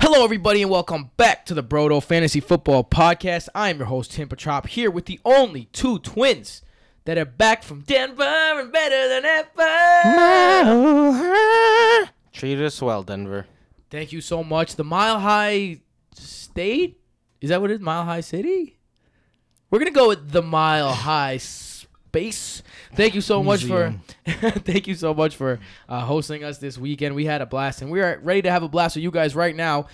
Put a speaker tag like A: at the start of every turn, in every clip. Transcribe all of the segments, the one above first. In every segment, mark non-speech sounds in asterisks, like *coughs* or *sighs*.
A: Hello, everybody, and welcome back to the Brodo Fantasy Football Podcast. I am your host, Tim Petrop, here with the only two twins that are back from Denver and better than ever.
B: Treat us well, Denver.
A: Thank you so much. The Mile High State? Is that what it is? Mile High City? We're going to go with the Mile High Space. Thank you so much for *laughs* thank you so much for uh, hosting us this weekend. We had a blast and we are ready to have a blast with you guys right now.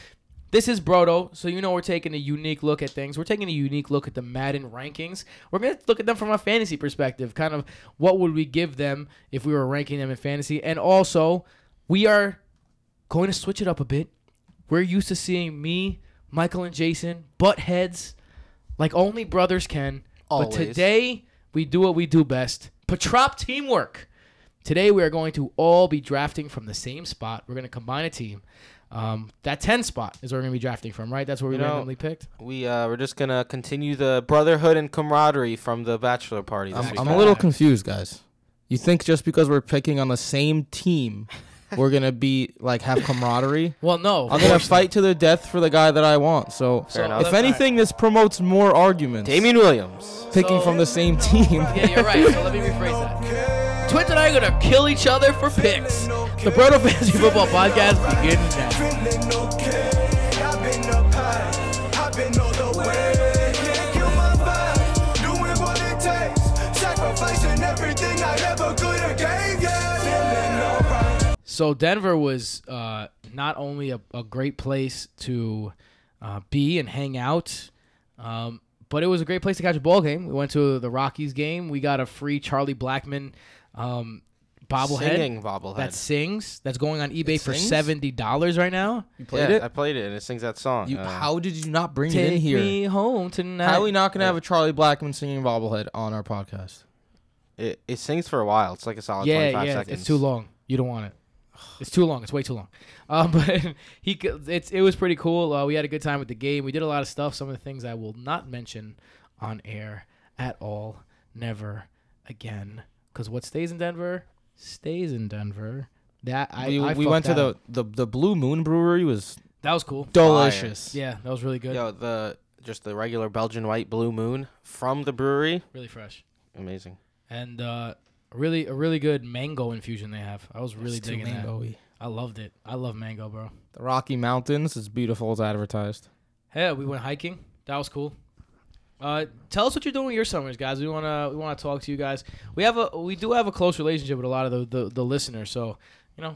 A: This is Brodo, so you know we're taking a unique look at things. We're taking a unique look at the Madden rankings. We're going to look at them from a fantasy perspective, kind of what would we give them if we were ranking them in fantasy. And also, we are going to switch it up a bit. We're used to seeing me, Michael, and Jason butt heads like only brothers can.
B: Always.
A: But today, we do what we do best Patrop teamwork. Today, we are going to all be drafting from the same spot. We're going to combine a team. Um, that 10 spot is where we're going to be drafting from, right? That's where we
B: know-
A: randomly picked.
B: We uh, we're just gonna continue the brotherhood and camaraderie from the bachelor party. This
C: I'm,
B: week.
C: I'm
B: *laughs*
C: a little confused, guys. You think just because we're picking on the same team, we're gonna be like have
B: *laughs*
C: camaraderie?
A: Well, no.
C: I'm gonna fight to the death for the guy that I want. So,
B: Fair enough.
C: if anything, this promotes more arguments.
B: Damian Williams.
C: picking from the
B: *laughs*
C: same team.
A: Yeah, you're right. So let me rephrase that. Twins and I are gonna kill each other for picks. The Broto Fantasy Football Podcast begins now.
D: feeling okay. I've been up high, I've been all the way. Can't kill my vibe, doing what it takes. Sacrificing everything I ever could have gave, yeah. Feeling alright.
A: So Denver was uh, not only a, a great place to uh, be and hang out, um, but it was a great place to catch a ball game. We went to the Rockies game. We got a free Charlie Blackman um, bobblehead
B: Singing bobblehead.
A: that sings. That's going on eBay for
C: sings?
A: seventy dollars right now.
C: You played
B: yeah, I
C: it.
B: played it and it sings that song.
C: You,
B: uh,
C: how did you not bring it
A: Take
C: in here?
A: me home tonight.
C: How are we not gonna have a Charlie Blackman singing bobblehead on our podcast?
B: it, it sings for a while. It's like a solid
A: yeah,
B: 25
A: yeah,
B: seconds.
A: it's too long. You don't want it. It's too long. It's way too long. *laughs* Um, but *laughs* he, c- it's it was pretty cool. Uh, we had a good time with the game. We did a lot of stuff. Some of the things I will not mention on air at all, never again. Because what stays in Denver stays in Denver. That I
C: we
A: I
C: we
A: fucked
C: went to
A: that
C: the,
A: up.
C: the the Blue Moon Brewery was
A: that was cool.
C: delicious.
A: Yeah, that was really good.
B: Yo, the just the regular Belgian white blue moon from the brewery.
A: Really fresh
B: Amazing.
A: and uh, really a really good mango infusion they have. I was really
C: It's too
A: digging that.
C: mango-y.
A: I loved it. I love mango, bro.
C: The Rocky Mountains is beautiful as advertised.
A: Yeah, we went hiking. That was cool. Uh, tell us what you're doing with your summers, guys. We wanna we wanna talk to you guys. We have a we do have a close relationship with a lot of the the, the listeners, so you know,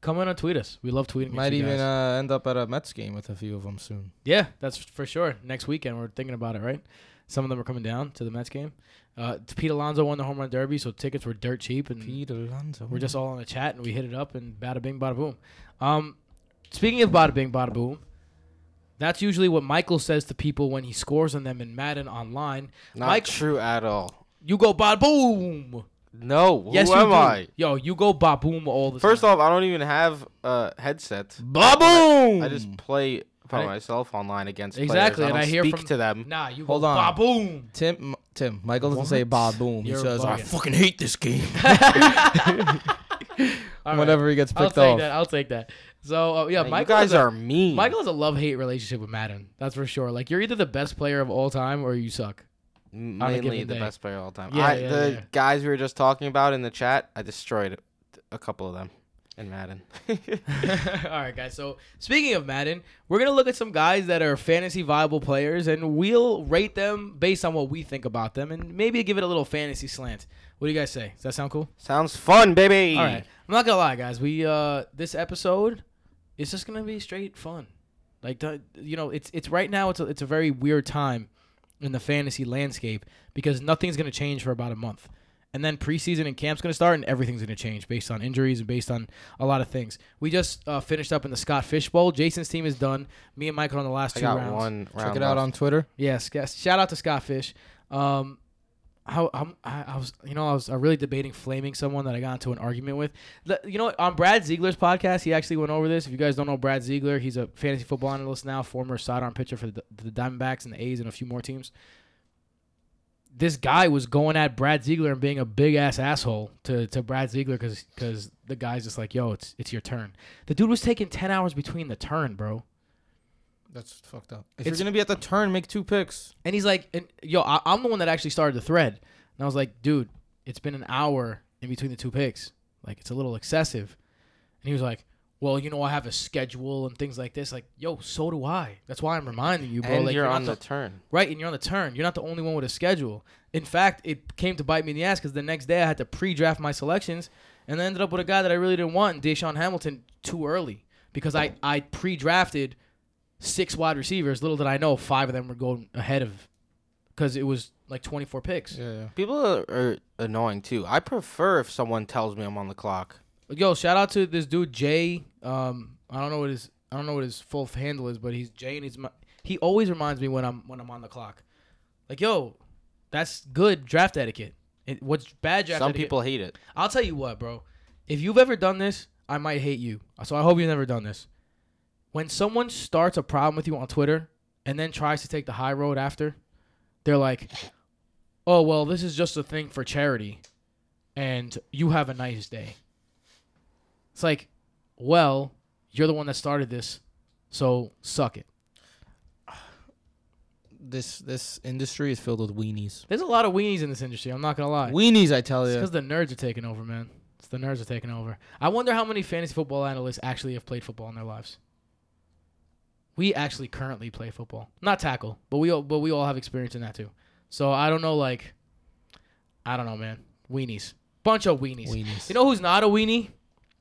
A: come in and tweet us. We love tweeting.
C: Might
A: at you
C: even
A: guys.
C: uh, end up at a Mets game with a few of them soon.
A: yeah, that's for sure. Next weekend we're thinking about it, right? Some of them are coming down to the Mets game. Uh, Pete Alonso won the home run derby, so tickets were dirt cheap,
C: Mm.
A: and we're just all on a chat and we hit it up and bada bing bada boom. Um, speaking of bada bing bada boom, that's usually what Michael says to people when he scores on them in Madden online.
B: Not
A: Mike,
B: true at all.
A: you go bada boom.
B: No.
A: Yes,
B: who
A: you
B: am
A: do.
B: I?
A: Yo, you go bada boom all the
B: First
A: time.
B: off, I don't even have a headset.
C: Baboom!
B: I just play
A: Hmm.
B: by
A: I-
B: myself online against
A: exactly,
B: players.
A: and I
B: don't
A: hear
B: speak
A: from
B: to them.
A: nah, you
C: Hold
A: go
C: on.
A: bada
B: *laughs*
A: boom. *laughs*
C: Tim Tim Michael doesn't say baboom. He
A: You're
C: says I
A: bugging.
C: fucking hate this game.
A: All right,
C: Whenever he gets
A: I'll
C: picked
A: take
C: off.
A: that. I'll take that. So uh, yeah,
B: Man, you
A: Michael
B: guys
A: is a-
B: are mean.
A: Michael has a love hate relationship with Madden. That's for sure. Like you're either the best player of all time or you suck.
B: M-
A: on a
B: mainly
A: given
B: the
A: day.
B: best player of all time.
A: Yeah,
B: I,
A: yeah,
B: the
A: yeah.
B: guys we were just talking about in the chat, I destroyed a couple of them in Madden. *laughs*
A: *laughs* All right, guys. So speaking of Madden, we're gonna look at some guys that are fantasy viable players, and we'll rate them based on what we think about them, and maybe give it a little fantasy slant. What do you guys say? Does that sound cool?
B: Sounds fun, baby.
A: All right. I'm not gonna lie, guys. We uh, this episode is just gonna be straight fun. Like the- you know, it's it's right now. It's a, it's a very weird time in the fantasy landscape because nothing's gonna change for about a month, and then preseason and camp's gonna start, and everything's gonna change based on injuries and based on a lot of things. We just uh, finished up in the Scott Fish Bowl. Jason's team is done. Me and Michael on the last
B: I
A: two
B: got
A: rounds.
B: one round.
C: Check it out
B: left.
C: on Twitter.
A: Yes, yes. Shout out to Scott Fish. Um, how I'm, I, I was, you know, I was uh, really debating flaming someone that I got into an argument with. The- you know, what? on Brad Ziegler's podcast, he actually went over this. If you guys don't know Brad Ziegler, he's a fantasy football analyst now, former sidearm pitcher for the, the Diamondbacks and the A's and a few more teams. this guy was going at Brad Ziegler and being a big ass asshole to, to Brad Ziegler because the guy's just like, yo, it's it's your turn. The dude was taking ten hours between the turn, bro.
C: That's fucked up. If
A: It's-
C: you're gonna be at the turn, make two picks.
A: And he's like, and, yo, I, I'm the one that actually started the thread. And I was like, dude, it's been an hour in between the two picks. Like, it's a little excessive. And he was like, well, you know, I have a schedule and things like this. Like, yo, so do I. That's why I'm reminding you, bro.
B: and
A: like,
B: you're,
A: not
B: on the turn.
A: right, and you're on the turn. You're not the only one with a schedule. In fact, it came to bite me in the ass because the next day I had to pre-draft my selections, and I ended up with a guy that I really didn't want, Deshaun Hamilton, too early because I I pre-drafted six wide receivers. Little did I know, five of them were going ahead of because it was like 24 picks.
C: yeah.
B: People are, are annoying too. I prefer if someone tells me I'm on the clock.
A: Yo, shout out to this dude Jay. Um, I don't know what his I don't know what his full handle is, but he's Jay and he's my, he always reminds me when I'm when I'm on the clock. Like, yo, that's good draft etiquette. It, what's bad draft
B: Some
A: etiquette-
B: people hate it.
A: I'll tell you what, bro. If you've ever done this, I might hate you. So I hope you've never done this. When someone starts a problem with you on Twitter and then tries to take the high road after, they're like, "Oh well, this is just a thing for charity, and you have a nice day." It's like, well, you're the one that started this, so suck it.
C: This this industry is filled with weenies.
A: There's a lot of weenies in this industry. I'm not gonna lie.
C: Weenies, I tell
A: It's
C: you.
A: because the nerds are taking over, man. It's the nerds are taking over. I wonder how many fantasy football analysts actually have played football in their lives. We actually currently play football, not tackle, but we all, but we all have experience in that too. So I don't know, like, I don't know, man. Weenies, bunch of weenies. *laughs*
C: Weenies.
A: You know who's not a weenie?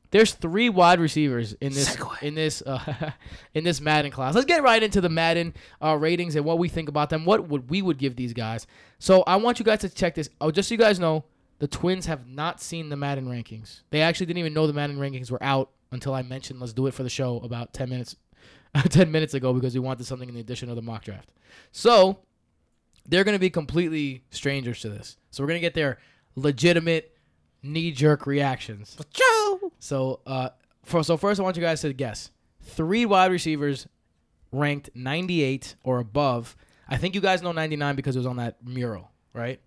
A: There's three wide receivers in this in this uh, *laughs* in this Madden class. Let's get right into the Madden uh, ratings and what we think about them. What would we would give these guys? So I want you guys to check this. Oh, just so you guys know, the Twins have not seen the Madden rankings. They actually didn't even know the Madden rankings were out until I mentioned let's do it for the show about ten minutes *laughs* ten minutes ago because we wanted something in the addition of the mock draft. So they're going to be completely strangers to this. So we're going to get their legitimate knee jerk reactions. So, uh, for, so first, I want you guys to guess three wide receivers ranked 98 or above. I think you guys know 99 because it was on that mural, right?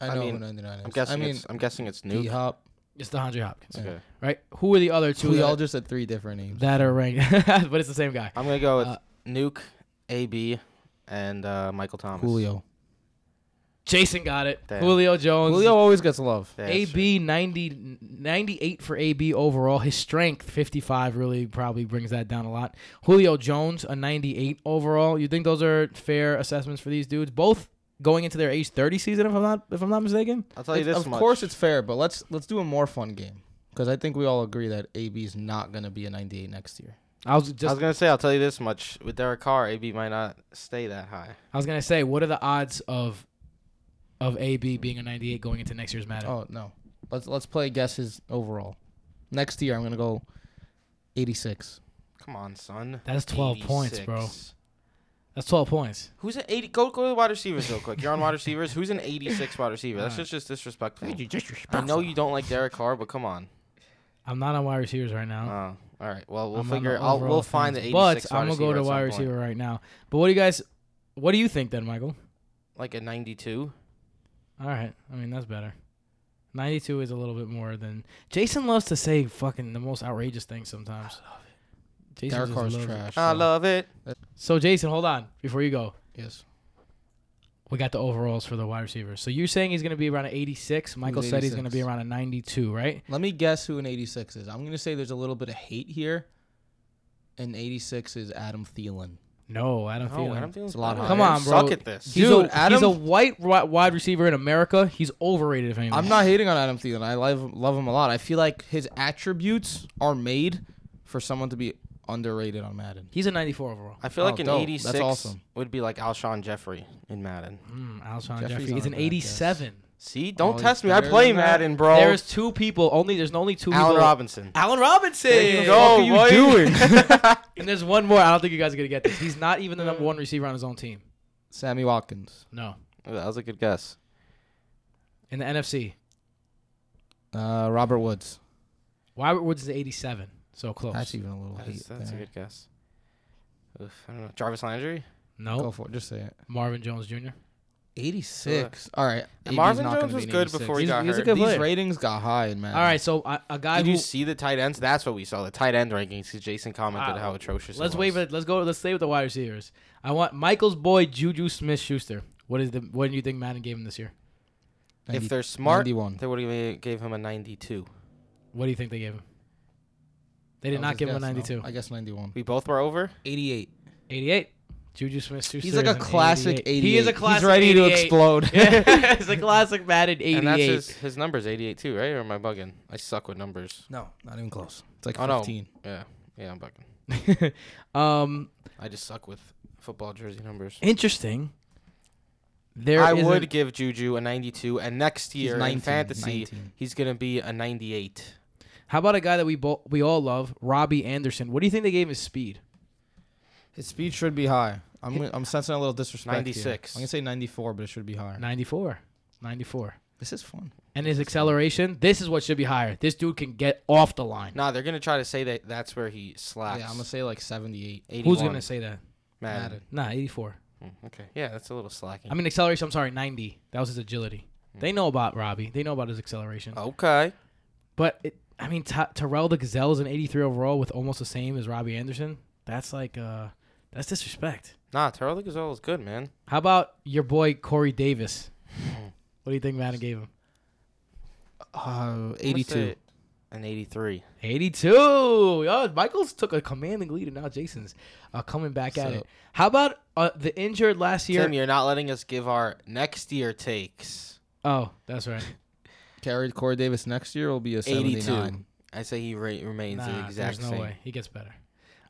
C: I
B: I
C: know
B: mean,
C: who 99 is.
B: I'm guessing.
C: I mean,
B: it's, uh, I'm guessing it's
C: D
B: new.
C: Hop.
A: It's DeAndre Hopkins,
B: Okay.
A: right? Who are the other two
C: We
A: that,
C: all just said three different names.
A: that are ranked? *laughs* but it's the same guy.
B: I'm gonna go with
A: Uh,
B: Nuke, AB, and uh, Michael Thomas.
C: Julio.
A: Jason got it.
B: Damn.
A: Julio Jones.
C: Julio always gets love.
B: Yeah, that's right.
A: AB 90, 98 for AB overall. His strength, 55, really probably brings that down a lot. Julio Jones, a 98 overall. You think those are fair assessments for these dudes? Both going into their age 30 season, if I'm not if I'm not mistaken.
B: I'll tell you
C: It's-
B: this
C: of
B: much.
C: course it's fair, but let's let's do a more fun game because I think we all agree that AB is not gonna be a 98 next year.
A: I was
B: I
A: just
B: was gonna say. I'll tell you this much. With Derek Carr, AB might not stay that high.
A: I was gonna say, what are the odds of of AB being a 98 going into next year's Madden?
C: Oh no, let's let's play guesses overall. Next year I'm gonna go 86.
B: Come on, son.
A: That's 12 points, bro.
B: 86.
A: That's 12 points.
B: Who's an 80? Go go to the wide receivers real quick. You're on wide receivers. Who's an 86 wide receiver? That's just, just disrespectful. I know you don't like Derek Carr, but come on.
A: I'm not on wide receivers right now.
B: Oh, all right. Well, we'll
A: I'm on
B: figure.
A: the
B: I'll,
A: overall
B: we'll find the
A: things.
B: 86
A: But
B: wide
A: I'm gonna go
B: receiver
A: to
B: at some
A: wide
B: point.
A: receiver right now. But what do you guys? What do you think then, Michael?
B: Like a 92.
A: All right. I mean, that's better. 92 is a little bit more than Jason loves to say fucking the most outrageous things sometimes. Jason
C: Derek
A: just
C: Carr's
A: loves it.
C: trash.
B: I
C: so-
B: love it.
A: So Jason, hold on before you go.
C: Yes.
A: We got the overalls for the wide receivers. So you're saying he's going to be around an 86. Michael said he's going to be
C: 86.
A: around a 92, right?
C: Let me guess who an 86 is. I'm gonna say there's a little bit of hate here. An 86 is Adam Thielen.
A: No, Adam
B: Oh,
A: Thielen.
B: Adam Thielen's
C: a lot
B: better.
A: Come
B: You
A: on, bro.
B: Suck at this.
A: He's,
C: Dude,
A: a, he's
C: Adam-
A: a white wi- wide receiver in America. He's overrated, if anything.
C: I'm not hating on Adam Thielen. I love love him a lot. I feel like his attributes are made for someone to be underrated on Madden.
A: He's a 94 overall.
B: I feel
C: Oh,
B: like an
C: dope. That's
B: 86
C: awesome.
B: would be like Alshon Jeffrey in Madden.
A: Mm, Alshon
C: Jeffrey's
A: Jeffrey.
C: not
A: He's
C: a
A: an
C: bad guess.
A: 87.
B: See, don't
C: Oh, he's
B: test me. I
C: better
B: play
C: than that.
B: Madden, bro.
A: There's two people. Only there's only two.
B: Allen
A: people.
B: Robinson.
A: Allen Robinson.
B: There you go,
A: What the fuck are you
B: boy.
A: doing?
B: *laughs*
A: and there's one more. I don't think you guys are gonna get this. He's not even the number one receiver on his own team.
C: Sammy Watkins.
A: No,
B: Oh, that was a good guess.
A: in the NFC,
C: Uh, Robert Woods.
A: Robert Woods is 87. So close.
C: That's even a little hate.
B: That's, that's a
C: there.
B: good guess. Oof, I don't know. Jarvis Landry?
A: No,
C: Go for it. Just say it.
A: Marvin Jones Jr.
C: 86. All right. AD's
B: Marvin
C: not
B: Jones
C: gonna be
B: was
C: an
B: good
C: 86.
B: before he
C: He's-
B: got
C: he's a
B: hurt.
C: good
A: These
C: These ratings got high, man.
A: All right, so a, a guy
B: Did
A: who
B: you see the tight ends? That's what we saw. The tight end rankings. 'cause Jason commented
A: Wow.
B: how atrocious.
A: let's
B: it
A: wait.
B: was.
A: For, let's go. Let's stay with the wide receivers. I want Michael's boy Juju Smith Schuster. What is the? What do you think Madden gave him this year?
B: If they're smart,
C: 91.
B: they would have gave him a 92.
A: What do you think they gave him? They did not give him a 92.
C: I guess 91.
B: We both were over.
C: 88.
A: 88. Juju Smith Schuster.
C: He's like a classic 88.
A: He is a classic.
C: He's ready
A: 88.
C: to explode.
A: *laughs*
C: *laughs*
A: Yeah, he's a classic Madden 88.
B: And that's his, his number's 88 too, right? Or am I bugging? I suck with numbers.
C: No, not even close. It's like
B: Oh, no.
C: 15.
B: Yeah. Yeah, I'm bugging.
A: *laughs* um,
B: I just suck with football jersey numbers.
A: interesting. There
B: I
A: is
B: would
A: a-
B: give Juju a 92, and next year
C: 19,
B: in fantasy,
C: 19.
B: he's going to be a 98.
A: how about a guy that we bo- we all love, Robbie Anderson? What do you think they gave his speed?
C: His speed should be high. I'm gonna- I'm sensing a little disrespect. here.
B: 96.
C: I'm gonna say 94, but it should be higher.
A: 94. 94.
C: This is fun.
A: And his acceleration, this is what should be higher. This dude can get off the line.
B: Nah, they're going to try to say that that's where he slacks.
C: Yeah, I'm gonna say like 78.
B: 81.
A: Who's going to say that?
B: Madden.
A: Nah, 84.
B: Mm, Okay. Yeah, Hmm. that's a little slacking.
A: I mean, acceleration, I'm sorry, 90. That was his agility. They know about Robbie. They know about his acceleration.
B: Oh. okay.
A: But it, I mean, Ty Terrell the Gazelle's an 83 overall with almost the same as Robbie Anderson. That's like, uh, that's disrespect.
B: Nah, Terrell Gazelle is good, man.
A: How about your boy Corey Davis? what do you think Madden gave him?
C: Uh,
B: I'm gonna
C: 82.
B: say An 83.
A: 82. Yo, Michaels took a commanding lead, and now Jason's uh, coming back at
C: So-
A: it. How about uh, the injured last year?
B: Tim, you're not letting us give our next year takes.
A: oh, that's right.
C: Carried Corey Davis next year will be a
B: 82.
C: 79.
B: I say he ra- remains the
A: Nah,
B: exact
A: there's no
B: same.
A: way. He gets better.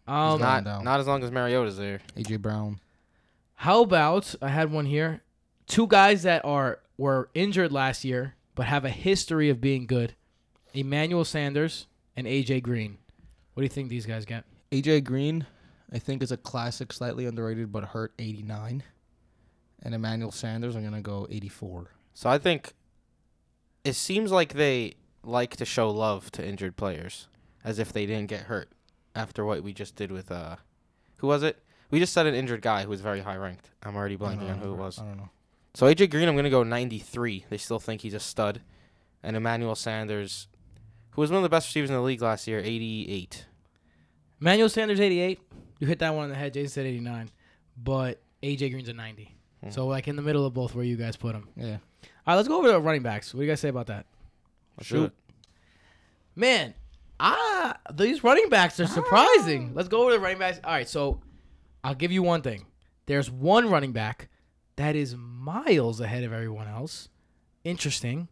A: Um,
B: Not,
C: No.
B: not as long as Mariota's there.
C: AJ Brown.
A: How about I had one here, two guys that are were injured last year but have a history of being good, Emmanuel Sanders and AJ Green. What do you think these guys get?
C: AJ Green, I think is a classic, slightly underrated but hurt 89. And Emmanuel Sanders, I'm gonna go 84.
B: So I think it seems like they like to show love to injured players as if they didn't get hurt after what we just did with uh who was it? We just said an injured guy who was very high ranked. I'm already
C: I don't
B: blanking on who it
A: Uh,
C: remember.
B: was.
C: I don't know.
B: So AJ Green, I'm gonna go 93. They still think he's a stud, and Emmanuel Sanders, who was one of the best receivers in the league last year, 88.
A: Emmanuel Sanders 88. You hit that one on the head. Jason said 89, but AJ Green's a 90.
C: Hmm.
A: So like in the middle of both where you guys put him.
C: Yeah.
A: All right, let's go over to running backs. What do you guys say about that?
B: Let's do
C: Shoot.
B: it.
A: Man, ah, these running backs are surprising. Let's go over the running backs. All right, so I'll give you one thing. There's one running back that is miles ahead of everyone else. Interesting.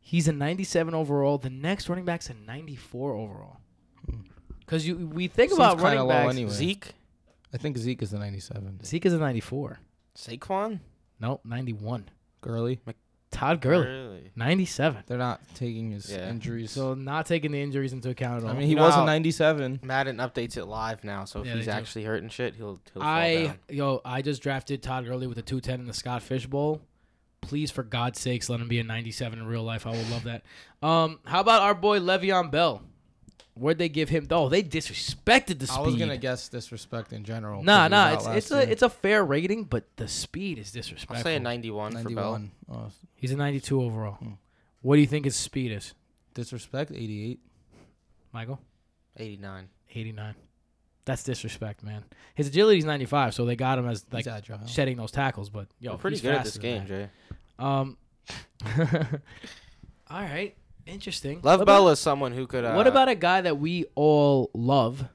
A: He's a 97 overall. The next running back's a 94 overall. Because you we think
C: Hmm. Seems
A: about
C: kinda
A: running
C: low
A: backs.
C: anyway.
B: Zeke,
C: I think Zeke is the 97.
A: Zeke is a 94.
B: Saquon,
A: Nope, 91.
C: Gurley.
A: Todd Gurley,
B: Really?
A: 97.
C: They're not taking his
B: Yeah.
C: injuries.
A: So not taking the injuries into account at all.
C: I mean, he
B: You know
C: was a
B: how-
C: 97.
B: Madden updates it live now, so if
A: Yeah, they
B: he's
A: do.
B: actually hurt and shit, he'll he'll fall
A: I
B: down.
A: yo, I just drafted Todd Gurley with a two ten in the Scott Fish Bowl. Please, for God's sakes, let him be a ninety seven in real life. I would love that. Um, how about our boy Le'Veon Bell? Where'd they give him? Oh, they disrespected the speed.
C: I was gonna guess disrespect in general.
A: Nah,
C: 'cause he was
A: nah,
C: out
A: it's
C: last
A: it's a
C: year.
A: it's a fair rating, but the speed is disrespectful.
B: I'll say a 91, for Bell.
C: 91. Oh,
A: He's a ninety two overall.
C: Hmm.
A: What do you think his speed is,
C: disrespect 88.
A: Michael?
B: 89.
A: Eighty nine. That's disrespect, man. His agility is ninety five, so they got him as like
C: He's agile.
A: shedding those tackles. But yo,
B: We're pretty
A: he's
B: good at
A: faster
B: this
A: than
B: game,
A: that.
B: Jay.
A: Um. *laughs* all right. Interesting.
B: Love
A: What
B: Bell
A: about-
B: is someone who could. Uh,
A: what about a guy that we all love?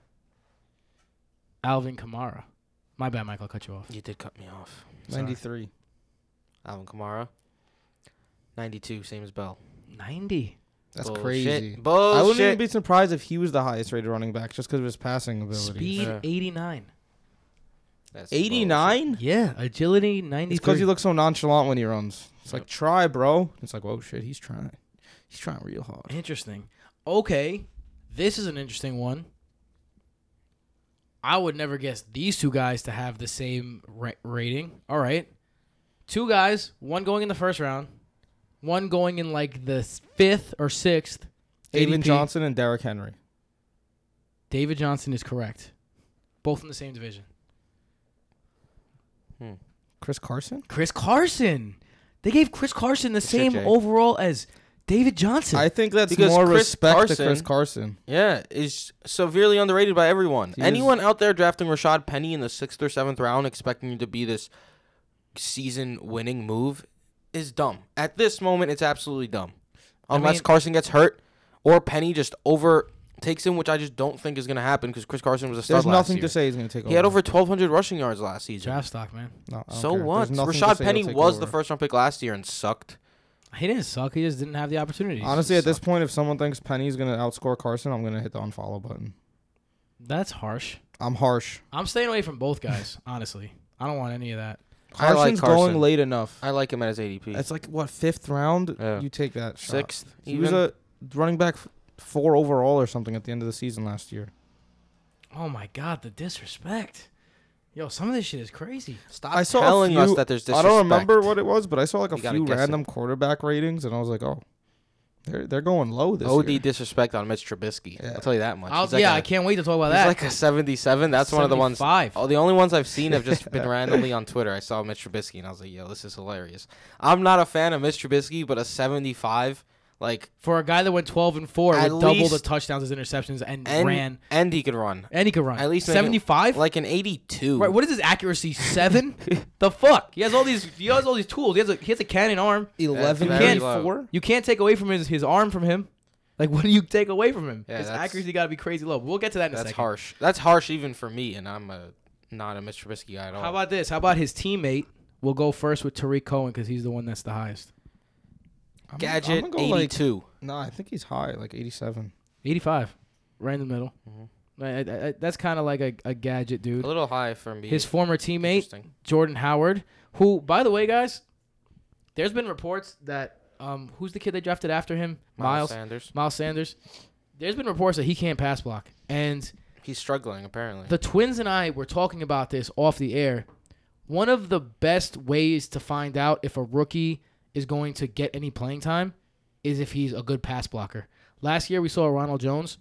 A: Alvin Kamara. My bad, Michael. I cut you off.
B: You did cut me off.
C: 93.
B: Alvin Kamara. 92, same as Bell.
A: Ninety.
C: That's
B: Bullshit.
C: crazy.
B: Bullshit.
C: I wouldn't even be surprised if he was the highest rated running back just because of his passing ability.
A: Speed
B: Yeah.
A: eighty nine.
B: That's bullshit.
C: 89?
A: Yeah. Agility ninety
C: It's because
A: three.
C: he looks so nonchalant when he runs. It's like, try, bro. It's like, whoa, shit, he's trying. He's trying real hard.
A: interesting. Okay. This is an interesting one. I would never guess these two guys to have the same ra- rating. All right. Two guys, one going in the first round, one going in like the s- fifth or sixth.
C: David
A: ADP.
C: Johnson and Derrick Henry.
A: David Johnson is correct. Both in the same division.
C: Chris Carson?
A: Chris Carson. They gave Chris Carson the same
B: Jake.
A: overall as David Johnson.
C: I think that's
B: Because
C: more
B: Chris
C: respect to
B: Carson-
C: Chris Carson.
B: Yeah, is severely underrated by everyone.
C: is.
B: Anyone out there drafting Rashad Penny in the sixth or seventh round, expecting it to be this season-winning move, is dumb. At this moment, it's absolutely dumb. Unless
A: mean-
B: Carson gets hurt or Penny just overtakes him, which I just don't think is going to happen because Chris Carson was a stud
C: There's
B: last
C: nothing
B: year.
C: to say he's going to take over.
B: He had over 1,200 rushing yards last season.
A: draft stock, man.
C: No, I don't
B: so
C: care.
B: what?
C: Oh. There's nothing to
B: Rashad
C: say
B: Penny
C: he'll take
B: was
C: over.
B: the first round pick last year and sucked.
A: He didn't suck. He just didn't have the opportunities.
C: Honestly, at this point, if someone thinks Penny's going to outscore Carson, I'm going to hit the unfollow button.
A: that's harsh.
C: I'm harsh.
A: I'm staying away from both guys. *laughs* honestly, I don't want any of that.
B: I like
C: Carson's going
B: Carson.
C: late enough.
B: I like him at his ADP.
C: It's like what fifth round?
B: Yeah.
C: You take that shot.
B: sixth.
C: He was
B: even.
C: a running back f- four overall or something at the end of the season last year.
A: Oh my god, the disrespect. Yo, some of this shit is crazy.
B: Stop
C: I saw a
B: telling us
C: few-
B: that there's
C: I
B: disrespect.
C: don't remember what it was, but I saw like a
B: You gotta
C: few
B: guess it.
C: random quarterback ratings, and I was like, oh, they're they're going low this
B: OD
C: year.
B: disrespect on Mitch Trubisky.
C: Yeah.
B: I'll tell you that much.
A: I'll,
B: He's like
A: yeah,
B: a-
A: I can't wait to talk about
B: He's
A: that.
B: like a 77. That's one of the ones.
A: Five.
B: Oh, the only ones I've seen have
C: *laughs*
B: just been randomly on Twitter. I saw Mitch Trubisky and I was like, "Yo, this is hilarious." I'm not a fan of Mitch Trubisky, but a 75, like,
A: For a guy that went 12 and 4
B: At
A: with double the
B: least-
A: touchdowns as interceptions and,
B: and
A: ran,
B: and he could run.
A: and he could run.
B: At least make it-
A: 75?
B: like an 82.
A: Right, what is his
B: *laughs*
A: accuracy? Seven? the fuck? He has all these. He has all these tools. He has a he has a cannon arm.
C: eleven
B: That's very
C: and
B: low.
C: four.
A: You can't take away from his his arm from him. Like, what do you take away from him?
B: Yeah,
A: his
B: that's-
A: accuracy got to be crazy low. We'll get to that in a
B: That's
A: second.
B: harsh. That's harsh even for me, and I'm a not a Mitch Trubisky guy at all.
A: How about this? How about his teammate? We'll go first with Tariq Cohen because he's the one that's the highest.
C: I'm gonna- I'm
B: Gadget
C: gonna go, like-
B: 82?
C: nah, I think he's high, like eighty-seven.
A: 85, right in the middle.
B: Mm-hmm.
A: Right, I- I- I- that's kind of like a, a gadget dude.
B: a little high for me.
A: His former teammate
B: Interesting.
A: Jordan Howard, who, by the way, guys, there's been reports that um, who's the kid they drafted after him?
B: Miles
A: Miles.
B: Sanders.
A: Miles Sanders. There's been reports that he can't pass block, and
B: He's struggling apparently.
A: the twins and I were talking about this off the air. One of the best ways to find out if a rookie is going to get any playing time is if he's a good pass blocker. Last year we saw Ronald Jones.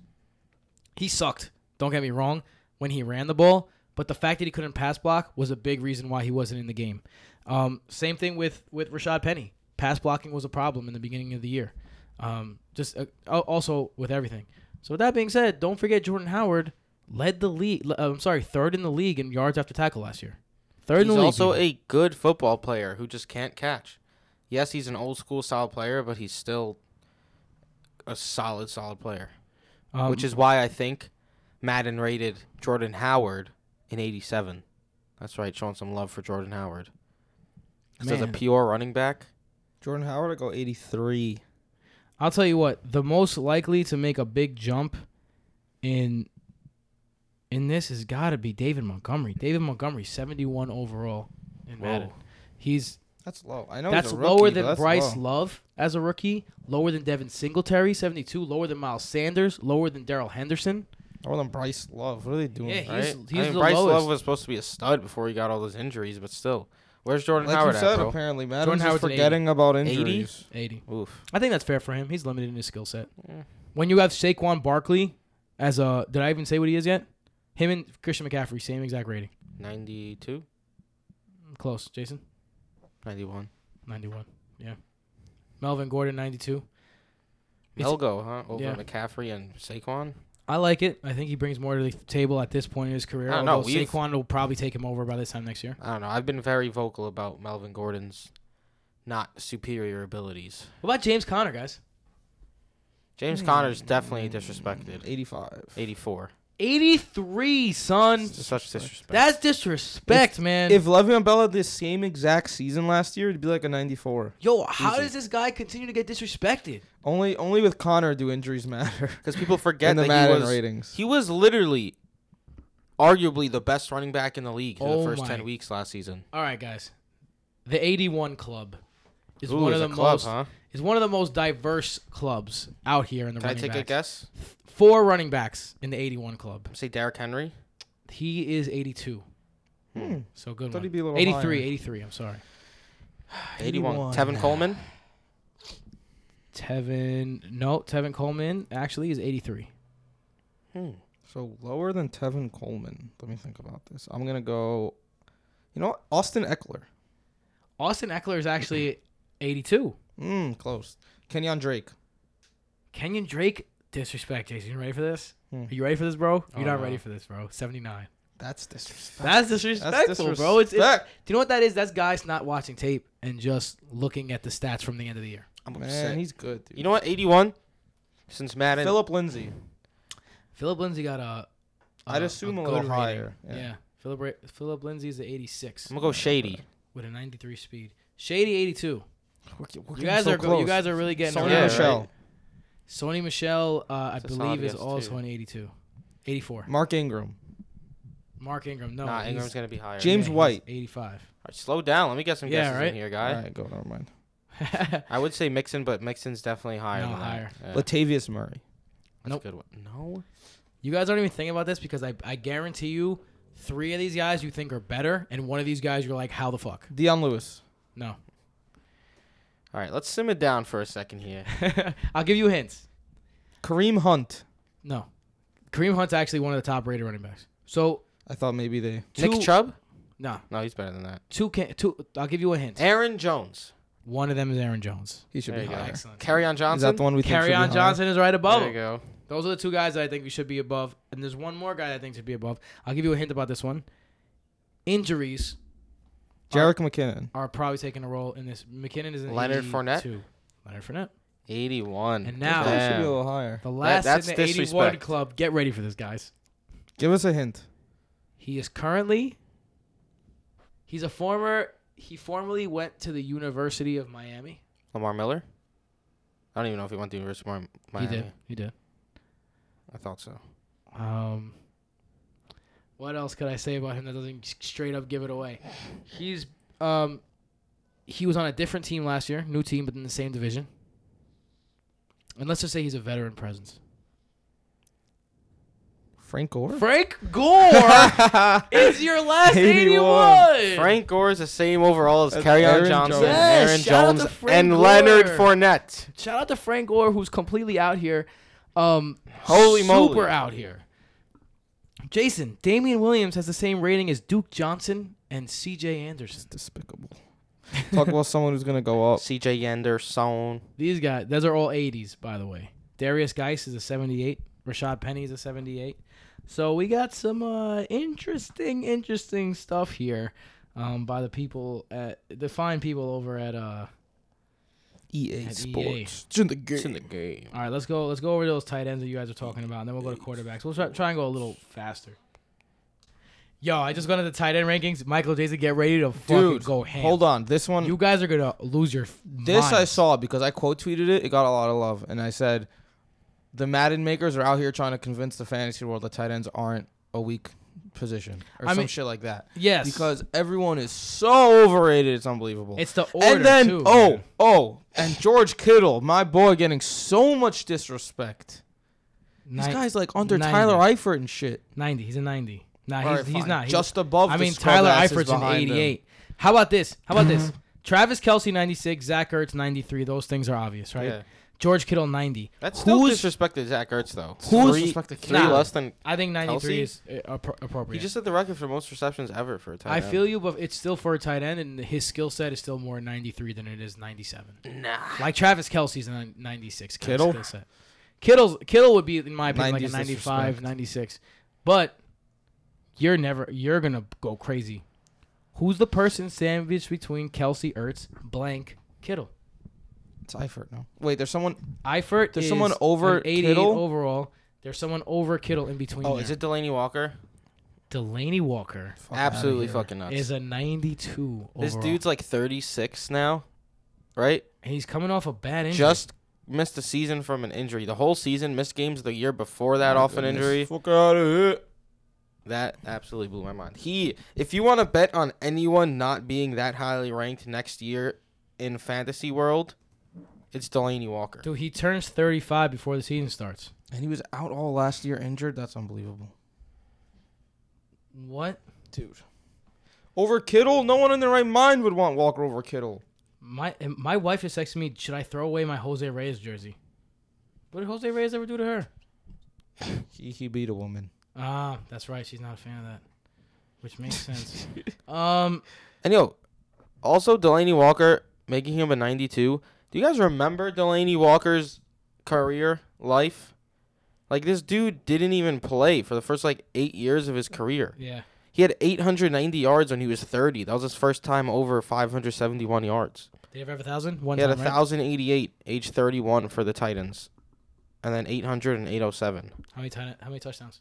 A: He sucked. Don't get me wrong when he ran the ball, but the fact that he couldn't pass block was a big reason why he wasn't in the game. Um, same thing with with Rashad Penny. Pass blocking was a problem in the beginning of the year. Um, just uh, al- also with everything. So with that being said, don't forget Jordan Howard led the league. le- uh, I'm sorry, third in the league in yards after tackle last year. Third in
B: He's
A: the league.
B: also
A: people.
B: a good football player who just can't catch. Yes, he's an old school solid player, but he's still a solid, solid player.
A: Um,
B: which is why I think Madden rated Jordan Howard in 87. That's right, showing some love for Jordan Howard. Because as a
A: Man.
B: pure running back,
C: Jordan Howard, I go eighty-three.
A: I'll tell you what, the most likely to make a big jump in in this has got to be David Montgomery. David Montgomery, 71 overall in Madden.
B: Whoa.
A: He's
C: That's low. I know he's
A: that's
C: a
A: lower
C: rookie,
A: than
C: but that's
A: Bryce
C: low.
A: Love as a rookie, lower than Devin Singletary, 72, lower than Miles Sanders, lower than Daryl Henderson.
C: Lower than Bryce Love. What are they doing?
A: Yeah, he-
B: right?
A: He's- he's
B: I mean,
A: the
B: Bryce
A: lowest.
B: Love was supposed to be a stud before he got all those injuries, but still, where's Jordan
C: like
B: Howard
C: you said,
B: at, bro?
C: apparently, Madden's just
A: Howard's an 80.
C: forgetting about
B: 80?
C: injuries.
A: 80.
B: Oof.
A: I think that's fair for him. He's limited in his skill set.
B: Yeah.
A: When you have Saquon Barkley as a did I even say what he is yet? Him and Christian McCaffrey, same exact rating.
B: 92?
A: Close, Jason.
B: 91.
A: 91. Yeah. Melvin Gordon, 92. It's-
B: Melgo, huh? Over
A: yeah.
B: McCaffrey and Saquon?
A: I like it. I think he brings more to the table at this point in his career.
B: I don't know.
A: although
B: We've-
A: Saquon will probably take him over by this time next year.
B: I don't know. I've been very vocal about Melvin Gordon's not superior abilities.
A: What about James Conner, guys?
B: James
A: Hmm.
B: Conner's definitely disrespected.
C: 85.
B: 84.
A: 83, son.
B: Such disrespect.
A: That's disrespect, man.
C: If Le'Veon Bell had the same exact season last year, it'd be like a 94.
A: Yo, how
B: Easy.
A: does this guy continue to get disrespected?
C: Only only with Connor do injuries *laughs* matter.
B: because people forget
C: in the
B: that
C: Madden
B: he was
C: ratings.
B: he was literally arguably the best running back in the league in
A: Oh
B: the first
A: my.
B: ten weeks last season.
A: All right, guys. The 81 club is
B: Ooh,
A: one of
B: it's
A: the
B: a club,
A: most
B: huh?
A: is one of the most diverse clubs out here in the
B: Can I
A: running
B: take a
A: backs.
B: guess?
A: Four running backs in the 81 club.
B: Say Derrick Henry.
A: He is 82.
C: Hmm.
A: So good
C: Thought
A: one.
C: he'd be a little
A: 83,
C: higher.
A: 83. I'm sorry.
B: 81.
C: 81.
B: Tevin Coleman.
A: Tevin, no, Tevin Coleman actually is 83.
B: Hmm.
C: So lower than Tevin Coleman. Let me think about this. I'm gonna go. You know what? Austin Eckler.
A: Austin Eckler is actually *clears throat* 82.
C: Mm, close. Kenyon Drake.
A: Kenyon Drake disrespect Jason. You ready for this?
C: Hmm.
A: Are you ready for this, bro?
C: Oh,
A: You're not ready for this, bro. 79.
C: That's disrespect.
A: That's disrespectful, bro. It's, it's, do you know what that is? That's guys not watching tape and just looking at the stats from the end of the year.
B: I'm
C: Man,
B: upset.
C: he's good, dude.
B: you know what? 81. Since Madden.
C: Philip Lindsay.
A: Philip Lindsay got a.
B: Uh,
A: a-
C: I'd assume a
A: good
C: little
A: rating.
C: higher.
A: Yeah. Philip Ra- Philip Lindsay is the 86
B: I'm gonna go shady.
A: with a 93 speed. Shady 82.
C: We're, ge- we're
A: You
C: getting
A: guys
C: so
A: are go-
C: close.
A: you guys are really getting
C: Sony
A: it right.
C: Michelle,
A: Sony Michelle, uh, I
B: It's a solid
A: believe, is
B: guess,
A: also
B: too.
A: an 82. 84.
C: Mark Ingram,
A: Mark Ingram, no.
B: nah,
A: he's-
B: Ingram's gonna be higher.
C: James
A: yeah, he's
C: White.
A: 85.
B: All right, slow down. Let me get some
A: Yeah,
B: guesses
A: right?
B: in here,
C: All
B: guy.
C: right, go. Never mind.
B: I would say Mixon, but Mixon's definitely higher.
A: No,
B: than that.
A: higher.
B: Yeah,
C: Latavius Murray.
B: that's
A: Nope.
B: a good one. No.
A: *laughs* you guys aren't even thinking about this because I, I guarantee you three of these guys you think are better, and one of these guys you're like, how the fuck?
C: Deion Lewis.
A: No. *laughs*
B: All right, let's sim it down for a
A: *laughs*
B: second here.
A: I'll give you hints.
C: Kareem Hunt.
A: No. Kareem Hunt's actually one of the top rated running backs. So,
C: I thought maybe they.
A: two,
B: Nick Chubb?
A: No.
B: No, he's better than that.
A: Two, can, two, I'll give you a hint.
B: Aaron Jones.
A: One of them is Aaron Jones.
C: He should
B: There
C: be
B: you go.
C: higher.
A: Excellent.
B: Carry on
C: Is
B: Johnson.
C: that the one we think? should be
A: Carry on
C: higher?
A: Johnson is right above
B: There
A: him.
B: you go.
A: Those are the two guys that I think we should be above. And there's one more guy that I think should be above. I'll give you a hint about this one. Injuries
C: Jarek McKinnon.
A: are probably taking a role in this. McKinnon is in
B: Leonard Fournette?
A: Fournette. Leonard Fournette.
B: 81.
A: And now-
C: That should
B: Damn.
C: be a little higher.
A: The last
B: that's
A: in the 81
B: disrespect.
A: club. Get ready for this, guys.
C: Give us a hint.
A: He is currently. He's a former. He formerly went to the University of Miami.
B: Lamar Miller. I don't even know if he went to the University of Mi- Miami.
A: He did. He did.
B: I thought so.
A: Um. What else could I say about him that doesn't s- straight up give it away? He's um, he was on a different team last year, new team, but in the same division. And let's just say he's a veteran presence. *laughs*
C: Frank Gore.
A: Frank *laughs* Gore is your last
C: 81.
A: 81.
B: Frank Gore is the same overall as
C: That's
B: Carry on
C: Aaron
B: Johnson,
C: Jones.
A: Yes,
B: Aaron
A: shout out
B: Jones,
A: to Frank
B: and
A: Gore.
B: Leonard Fournette.
A: Shout out to Frank Gore, who's completely out here. Um,
B: Holy
A: super
B: moly.
A: out here. Jason, Damian Williams has the same rating as Duke Johnson and C.J. Anderson.
C: Despicable. Talk about someone who's gonna
A: *laughs*
C: go up.
B: CJ Yenderson.
A: These guys, those are all 80s, by the way. Darius Geis is a 78. Rashad Penny is a 78. So we got some uh, interesting, interesting stuff here um, by the people at the fine people over at. Uh,
C: EA
A: At
C: Sports. E It's in the game.
B: It's in the game.
A: all right, let's go. Let's go over those tight ends that you guys are talking about, and then we'll go to quarterbacks. We'll try, try and go a little faster. Yo, I just went to the tight end rankings. Michael Jason, get ready to fucking
C: Dude,
A: go ham.
C: hold on. This one.
A: You guys are gonna lose your.
C: This I saw because I quote tweeted it. It got a lot of love, and I said, "The Madden makers are out here trying to convince the fantasy world that tight ends aren't a weak position or
A: I
C: some
A: mean-
C: shit like that."
A: Yes.
C: because everyone is so overrated. It's unbelievable.
A: It's the order
C: and then
A: too,
C: oh
A: man.
C: oh, and George Kittle, my boy, getting so much disrespect. These
A: Ni-
C: guys like under
A: 90.
C: Tyler Eifert and shit.
A: ninety. He's a ninety. Nah,
C: All
A: he's,
C: right,
A: he's
C: fine.
A: not. He's,
C: Just above.
A: I
C: the
A: mean,
C: scrub
A: Tyler
C: asses
A: Eifert's an
C: behind them.
A: eighty-eight. How about this? How about
C: *laughs*
A: this? Travis Kelsey ninety-six, Zach Ertz ninety-three. Those things are obvious, right?
B: Yeah.
A: George Kittle ninety.
B: That's still
A: Who's-
B: disrespected Zach Ertz, though.
C: Who's
B: three,
C: disrespected
B: three
A: Nah.
B: less than.
A: I think ninety-three
B: Kelsey?
A: is uh, appro- appropriate.
B: He just set the record for most receptions ever for a tight
A: I
B: end.
A: feel you, but it's still for a tight end, and his skill set is still more 93 than it is 97. Nah. Like Travis Kelsey's a nin- 96. kind of
C: Kittle?
A: skill set. Kittle's, Kittle would be, in my opinion, like a
C: 90s
A: 95,
C: disrespect.
A: 96. But you're never, you're going to go crazy. Who's the person sandwiched between Kelsey, Ertz, blank, Kittle?
C: It's Eifert. No, wait. There's someone.
A: Eifert
C: There's
A: is
C: someone over
A: an 88
C: Kittle?
A: overall. There's someone over Kittle in between.
B: Oh,
A: there.
B: is it Delaney Walker?
A: Delaney Walker?
C: Fuck outta
B: Absolutely
C: here.
B: fucking nuts.
A: Is a 92
B: This
A: overall.
B: dude's like 36 now, right?
A: and he's coming off a bad injury.
B: Just missed a season from an injury. The whole season, missed games the year before that off an injury.
C: Fuck out of here.
B: That absolutely blew my mind. He, if you want to bet on anyone not being that highly ranked next year in fantasy world, it's Delaney Walker.
A: Dude, he turns 35 before the season starts.
C: And he was out all last year injured. That's unbelievable.
A: What?
C: Dude. Over Kittle? No one in their right mind would want Walker over Kittle.
A: My and my wife is texting me, should I throw away my Jose Reyes jersey? What did Jose Reyes ever do to her?
C: He, he beat a woman.
A: Ah, that's right. She's not a fan of that. *laughs* Which makes sense. um,
B: And yo, also Delaney Walker making him a 92. Do you guys remember Delaney Walker's career life? Like this dude didn't even play for the first like 8 years of his career.
A: Yeah.
B: He had 890 yards when he was 30. That was his first time over 571 yards.
A: Did he have ever thousand? One
B: He had
A: time, right?
B: 1088 age 31 for the Titans. And then 800 and 807.
A: How many ton- How many touchdowns?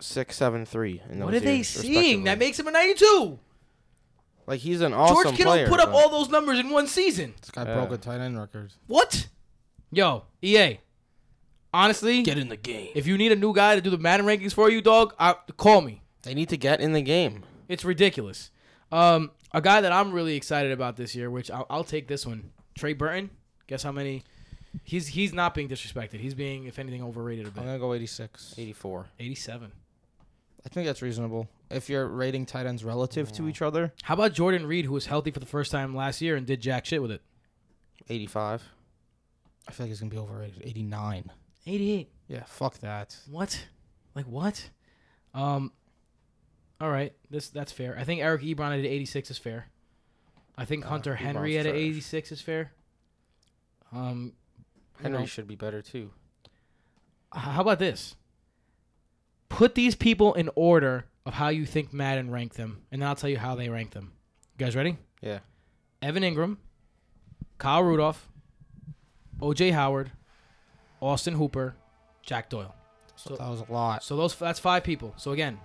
B: 673 in those
A: What are they
B: years,
A: seeing that
B: respectively.
A: makes him a 92?
B: Like he's an awesome
A: George Kittle
B: player.
A: put up
B: but-
A: all those numbers in one season.
C: This guy
B: Yeah.
C: broke a tight end record.
A: What? Yo, EA. Honestly,
C: in the game.
A: if you need a new guy to do the Madden rankings for you, dog, I, call me.
B: They need to get in the game.
A: It's ridiculous. Um, a guy that I'm really excited about this year, which I'll, I'll take this one, Trey Burton. Guess how many? He's he's not being disrespected. He's being, if anything, overrated a
C: I'm
A: bit.
C: gonna go 86.
B: 84.
A: 87.
C: I think that's reasonable. If you're rating tight ends relative to each other,
A: How about Jordan Reed, who was healthy for the first time last year and did jack shit with it?
B: 85.
C: I feel like he's gonna be overrated. 89.
A: 88.
C: Yeah, fuck that.
A: What? Like what? Um. All right, this that's fair. I think Eric Ebron at 86 is fair. I think Hunter
B: Ebron's
A: Henry at
B: trash.
A: 86 is fair. Um, you
B: Henry
A: know,
B: should be better too.
A: h- how about this? Put these people in order of how you think Madden ranked them, and then I'll tell you how they rank them. You guys ready?
B: Yeah.
A: Evan Ingram, Kyle Rudolph, OJ Howard, Austin Hooper, Jack Doyle.
C: So that was a lot.
A: So those that's five people. So again,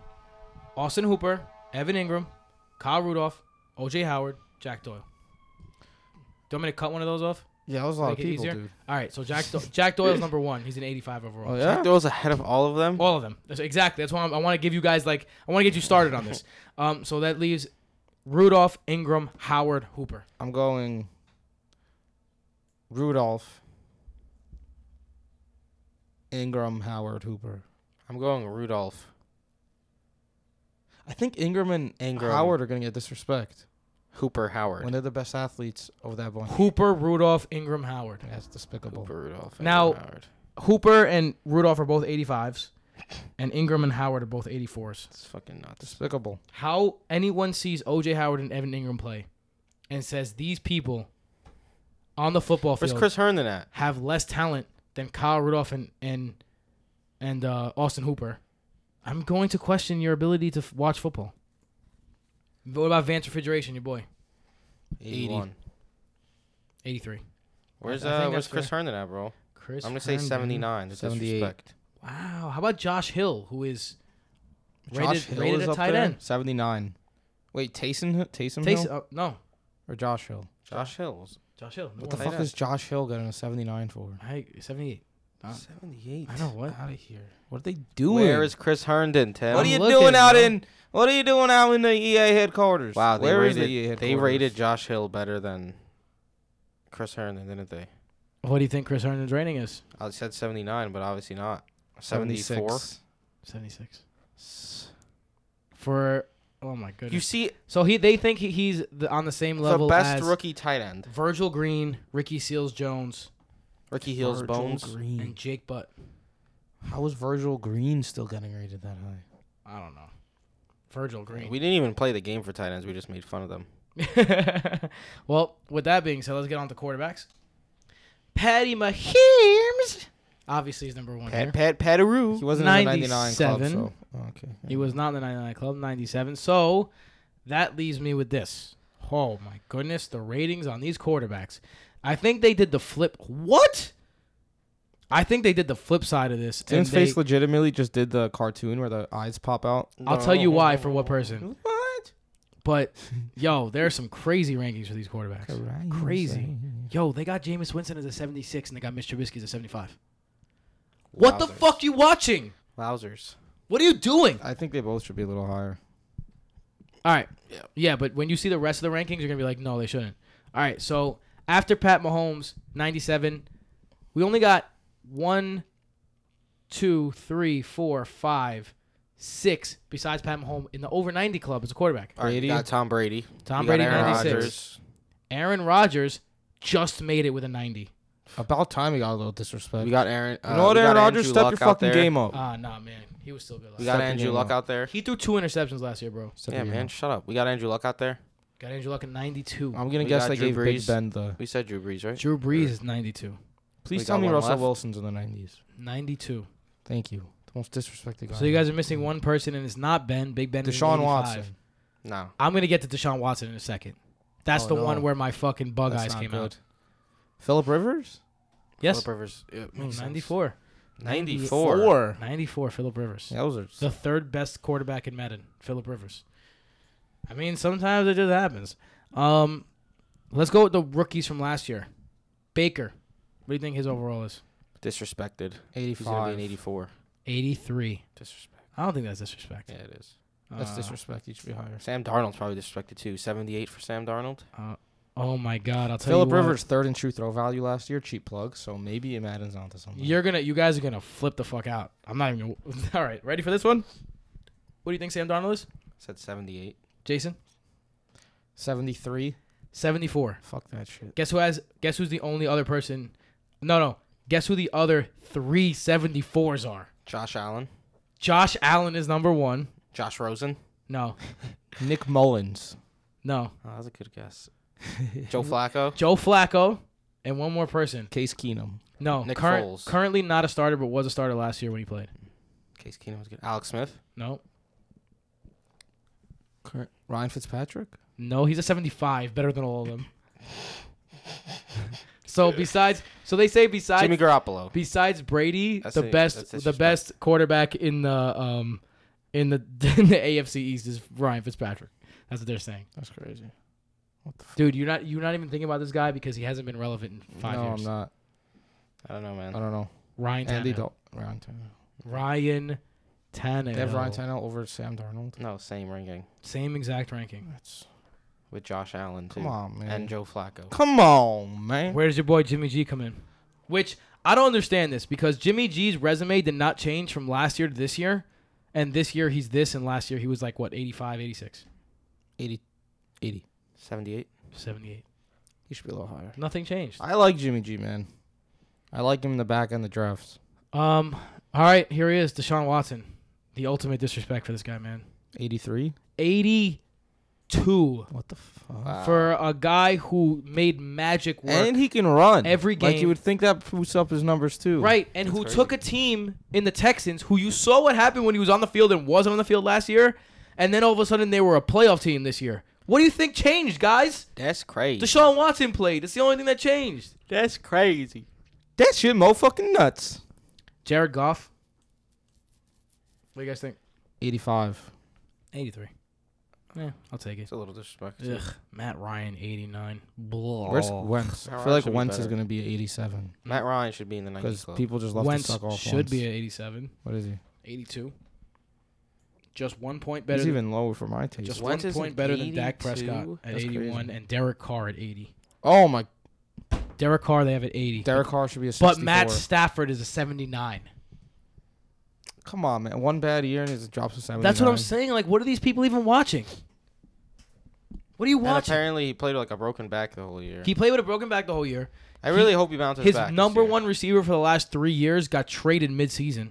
A: Austin Hooper, Evan Ingram, Kyle Rudolph, OJ Howard, Jack Doyle. Do you want me to cut one of those off?
C: Yeah, that was a lot
A: Make
C: of
A: it
C: people,
A: easier?
C: dude.
A: All right, so Jack Do- Jack Doyle's number one. He's an 85 overall.
C: Oh
B: Jack
C: yeah.
B: Doyle's ahead of all of them.
A: All of them. That's- exactly. That's why I'm, I want to give you guys like I want to get you started on this. Um, so that leaves Rudolph, Ingram, Howard, Hooper.
C: I'm going Rudolph, Ingram, Howard, Hooper.
B: I'm going Rudolph.
C: I think Ingram and
B: Ingram.
C: Howard are gonna get disrespect
B: Hooper Howard.
C: when they're the best athletes of that bunch.
A: Hooper, Rudolph, Ingram, Howard.
C: Yeah, That's despicable.
B: Hooper Rudolph.
A: Now-
B: Edward Howard.
A: Hooper and Rudolph are both 85s, and Ingram and Howard are both 84s.
B: It's fucking nuts.
C: Despicable.
A: how anyone sees OJ Howard and Evan Ingram play and says these people on the football
B: Where's
A: field
B: Chris Herndon at?
A: have less talent than Kyle Rudolph and and and uh, Austin Hooper, I'm going to question your ability to f- watch football. What about Vance Refrigeration, your boy,
B: 81.
A: eighty-three?
B: Where's
A: I think
B: uh
A: that's
B: Where's Chris Herndon at, bro?
A: Chris,
B: I'm gonna say
A: Herndon.
B: 79. to
C: 78.
B: Disrespect.
A: Wow, how about Josh Hill, who is rated,
C: Josh Hill
A: rated
C: is
A: a
C: up
A: tight
C: there.
A: end?
C: 79. Wait, Taysom Hill- Taysom
A: Takes,
C: Hill
A: uh, no,
C: or Josh Hill?
B: Josh Hills.
A: Josh Hill.
C: What
A: No
C: the
B: tight
C: fuck is Josh Hill getting a 79 for?
A: I, Seventy-eight. Uh,
B: 78.
A: I know what.
C: Out of here. What are they doing?
B: Where is Chris Herndon, Tim?
C: What
A: I'm
C: are you
A: looking,
C: doing out
A: bro.
C: in? What are you doing out in the EA headquarters?
B: Wow, they
C: Where is
B: rated
C: the EA
B: they
C: headquarters?
B: rated Josh Hill better than Chris Herndon, didn't they?
A: What do you think Chris Herndon's rating is?
B: I said 79, but obviously not. 74.
A: 76 for oh my goodness.
B: You see,
A: so he they think he, he's the, on the same level
B: the best
A: as
B: rookie tight end,
A: Virgil Green, Ricky Seals Jones,
B: Ricky Hill's
C: Virgil
B: bones.
C: Green.
A: and Jake Butt.
C: How is Virgil Green still getting rated that high?
A: I don't know. Virgil Green.
B: We didn't even play the game for tight ends. We just made fun of them.
A: *laughs* well, with that being said, let's get on to quarterbacks. Patty Mahomes obviously is number one here.
B: Pat Pat Patteroo.
C: He wasn't in the 99 club,
A: 97.
C: so oh, okay.
A: He was not in the 99 club, 97. So that leaves me with this. Oh my goodness, the ratings on these quarterbacks. I think they did the flip. What? I think they did the flip side of this. and
C: Tim's face
A: they-
C: legitimately just did the cartoon where the eyes pop out.
A: I'll tell you
B: Oh.
A: why for what person.
C: What?
A: But
B: *laughs*
A: yo, there are some crazy rankings for these quarterbacks. Crazy. Yo, they got Jameis Winston as a 76 and they got Mitch Trubisky as a 75. What the
B: Wowzers.
A: fuck you watching?
B: Wowzers.
A: What are you doing?
C: I think they both should be a little higher.
A: All right.
B: Yeah.
A: Yeah, but when you see the rest of the rankings, you're gonna be like, no, they shouldn't. All right. So after Pat Mahomes, 97, we only got one, two, three, four, five, six. Besides Pat Mahomes in the over 90 club as a quarterback,
B: All right,
C: Brady.
B: you got Tom Brady.
A: Tom
B: You got
A: Brady,
B: Aaron
A: 96.
B: Rodgers.
A: Aaron Rodgers just made it with a 90.
C: About time he got a little disrespect. Uh,
B: We got Aaron. Uh,
C: you know what,
B: we got
C: Aaron Rodgers,
B: Andrew
C: step
B: Luck
C: your
B: out
C: fucking
B: there.
C: game up.
A: Ah, nah, man, he was still good. Last
B: We
A: year.
B: got
C: Step your
B: Andrew
C: game
B: Luck
C: up.
B: out there.
A: He threw two interceptions last year, bro.
C: Step
B: yeah,
C: your game
B: man,
C: up.
B: shut up. We got Andrew Luck out there.
A: Got Andrew Luck at 92.
C: I'm gonna
B: We
C: guess
B: got
C: they
B: Drew
C: gave
B: Brees.
C: Big Ben the.
B: We said Drew Brees, right?
A: Drew Brees is 92.
C: Please
B: We
C: tell
B: got
C: me
B: one
C: Russell
B: left.
C: Wilson's in the 90s.
A: 92.
C: Thank you. The most disrespected guy.
A: So you guys are missing one person, and it's not Ben. Big Ben is an
C: Deshaun
A: 85.
C: Watson.
B: No.
A: I'm gonna get to Deshaun Watson in a second. That's
C: Oh,
A: the
C: no.
A: one where my fucking bug eyes came out.
C: Philip Rivers.
A: Yes,
B: Philip Rivers. It
A: Oh,
B: uh, makes sense.
A: 94.
B: 94.
A: 94, Philip Rivers.
C: Yeah, those are.
A: The third best quarterback in Madden, Philip Rivers. I mean, sometimes it just happens. Um, let's go with the rookies from last year. Baker, what do you think his overall is?
B: Disrespected. He's gonna be an
C: 85.
B: 84.
A: 83.
B: Disrespect.
A: I don't think that's disrespect.
B: Yeah, it is.
C: That's
A: Uh,
C: disrespect. You should be higher.
B: Sam Darnold's probably disrespected too. 78 for Sam Darnold.
A: uh, oh my God! I'll tell
C: Philip
A: you what,
C: Rivers third in true throw value last year. Cheap plug. So maybe it Madden's onto something.
A: You're gonna, you guys are gonna flip the fuck out. I'm not even. Gonna, *laughs* all right, ready for this one? What do you think Sam Darnold is?
B: Said 78.
A: Jason,
C: 73.
A: 74.
C: Fuck that shit.
A: Guess who has? Guess who's the only other person? No, no. Guess who the other three 74s are?
B: Josh Allen.
A: Josh Allen is number one.
B: Josh Rosen.
A: No,
C: Nick Mullins.
A: no.
B: Oh, that was a good *laughs* guess. Joe Flacco.
A: Joe Flacco and one more person.
C: Case Keenum.
A: No,
B: Nick
A: current-
B: Foles.
A: currently not a starter, but was a starter last year when he played.
B: Case Keenum was good. Alex Smith.
A: No,
C: Current. Ryan Fitzpatrick.
A: no. He's a 75, better than all of them. *laughs* so besides, so they say besides
B: Jimmy Garoppolo.
A: besides Brady,
B: That's
A: the
B: a- that's
A: best the
B: disrespect.
A: best quarterback in the um in the *laughs* in the AFC East is Ryan Fitzpatrick. That's what they're saying.
C: That's crazy. What the? F-
A: Dude, you're not you're not even thinking about this guy because he hasn't been relevant in five
C: no,
A: years.
C: I'm not.
B: I don't know,
C: I
B: man.
C: don't know.
A: Ryan
C: Andy
A: Tannehill.
C: Dalton. Ryan Tannehill.
A: Ryan Tannehill.
C: They have Ryan Tannehill over Sam Darnold.
B: No, same ranking
A: Same exact ranking.
C: That's.
B: with Josh Allen too,
C: Come on, man.
B: and Joe Flacco.
C: Come on, man.
A: Where does your boy Jimmy G come in? Which I don't understand this because Jimmy G's resume did not change from last year to this year. And this year he's this and last year he was like what 85, 86,
C: 80. 80.
B: 78.
A: 78.
C: He should be a little higher.
A: Nothing changed.
C: I like Jimmy G, man. I like him in the back end of drafts.
A: Um. All right, here he is, Deshaun Watson. The ultimate disrespect for this guy, man.
C: 83.
A: Eighty-two
C: What the fuck?
A: for a guy who made magic work,
C: Uh, and he can run
A: Every
C: Like
A: game.
C: you would think that boosts up his numbers too.
A: right? And who took a team in the Texans, who you saw what happened when he was on the field and wasn't on the field last year, and then all of a sudden they were a playoff team this year. What do you think changed, guys?
B: That's crazy.
A: Deshaun Watson played. It's the only thing that changed.
B: That's crazy.
C: That shit, mo fucking nuts.
A: Jared Goff. What do you guys think?
C: 85.
A: Eighty-three. Yeah, I'll take it.
B: It's a little disrespectful.
A: Ugh, Matt Ryan, eighty-nine. Blah.
C: Where's Wentz?
B: Alright,
C: I feel like
B: should be
C: Wentz is
B: better.
C: gonna be 87
B: Matt Ryan should be in the 90
C: because
B: club.
C: people just love to
A: Wentz
C: suck off.
A: should
C: Wentz.
A: be at 87,
C: What is he?
A: 82. Just one point better.
C: He's
A: than-
C: even lower for my taste.
A: just one
B: Wentz is
A: point
B: an
A: better than Dak
B: 82?
A: Prescott at
C: That's
A: 81 and Derek Carr at 80.
C: oh my,
A: Derek Carr they have at 80.
C: Derek Carr should be a 64.
A: but Matt Stafford is a 79.
C: come on, man, one bad year and he just drops to 79.
A: That's what I'm saying. Like, what are these people even watching? What are you
B: and
A: watching?
B: apparently he played with, like a broken back the whole year.
A: He played with a broken back the whole year.
B: I really
A: he-
B: hope he bounces
A: His
B: back. this
A: number
B: year.
A: one receiver for the last three years got traded midseason.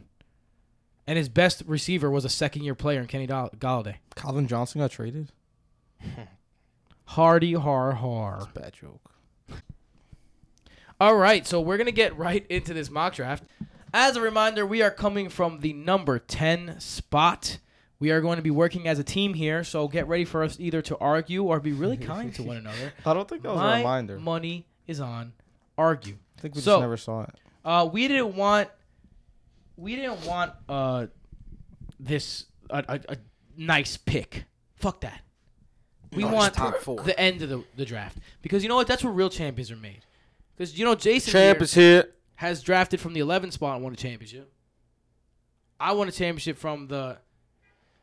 A: And his best receiver was a second year player in Kenny Doll- Galladay.
C: Calvin Johnson got traded.
A: Hardy, har, har.
C: Bad joke.
A: All right, so we're going to get right into this mock draft. As a reminder, we are coming from the number 10 spot. We are going to be working as a team here, so get ready for us either to argue or be really kind
C: *laughs*
A: to one another.
C: I don't think that was
A: My
C: a reminder.
A: money is on argue.
C: I think we
A: So-
C: just never saw it.
A: Uh, we didn't want we didn't want uh this a, a, a nice pick. Fuck that. We
B: No, just
A: want
B: top four.
A: the end of the, the draft because you know what? That's where real champions are made. Because you know Jason
B: champ
A: here-
B: is here.
A: has drafted from the 11th spot and won a championship. I won a championship from the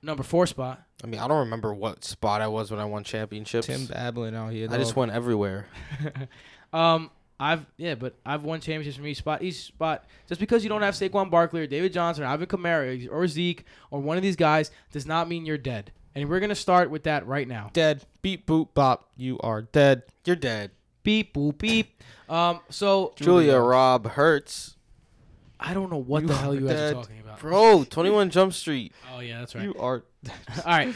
A: number four spot.
B: I mean, I don't remember what spot I was when I won championships.
C: Tim Bablin out here.
B: I just
C: dog.
B: went everywhere.
A: Um, I've yeah, but I've won championships from each spot. Each spot, just because you don't have Saquon Barkley or David Johnson or Alvin Kamara or Zeke or one of these guys, does not mean you're dead. And we're gonna start with that right now.
C: dead. Beat boop bop. You are dead.
B: You're dead.
A: Beep boop beep. Um, so
B: Julia Rob Hurts.
A: I don't know what the hell you guys are talking about.
B: Bro, 21 Jump Street.
A: Oh yeah, that's right.
C: You are.
A: *laughs* All right.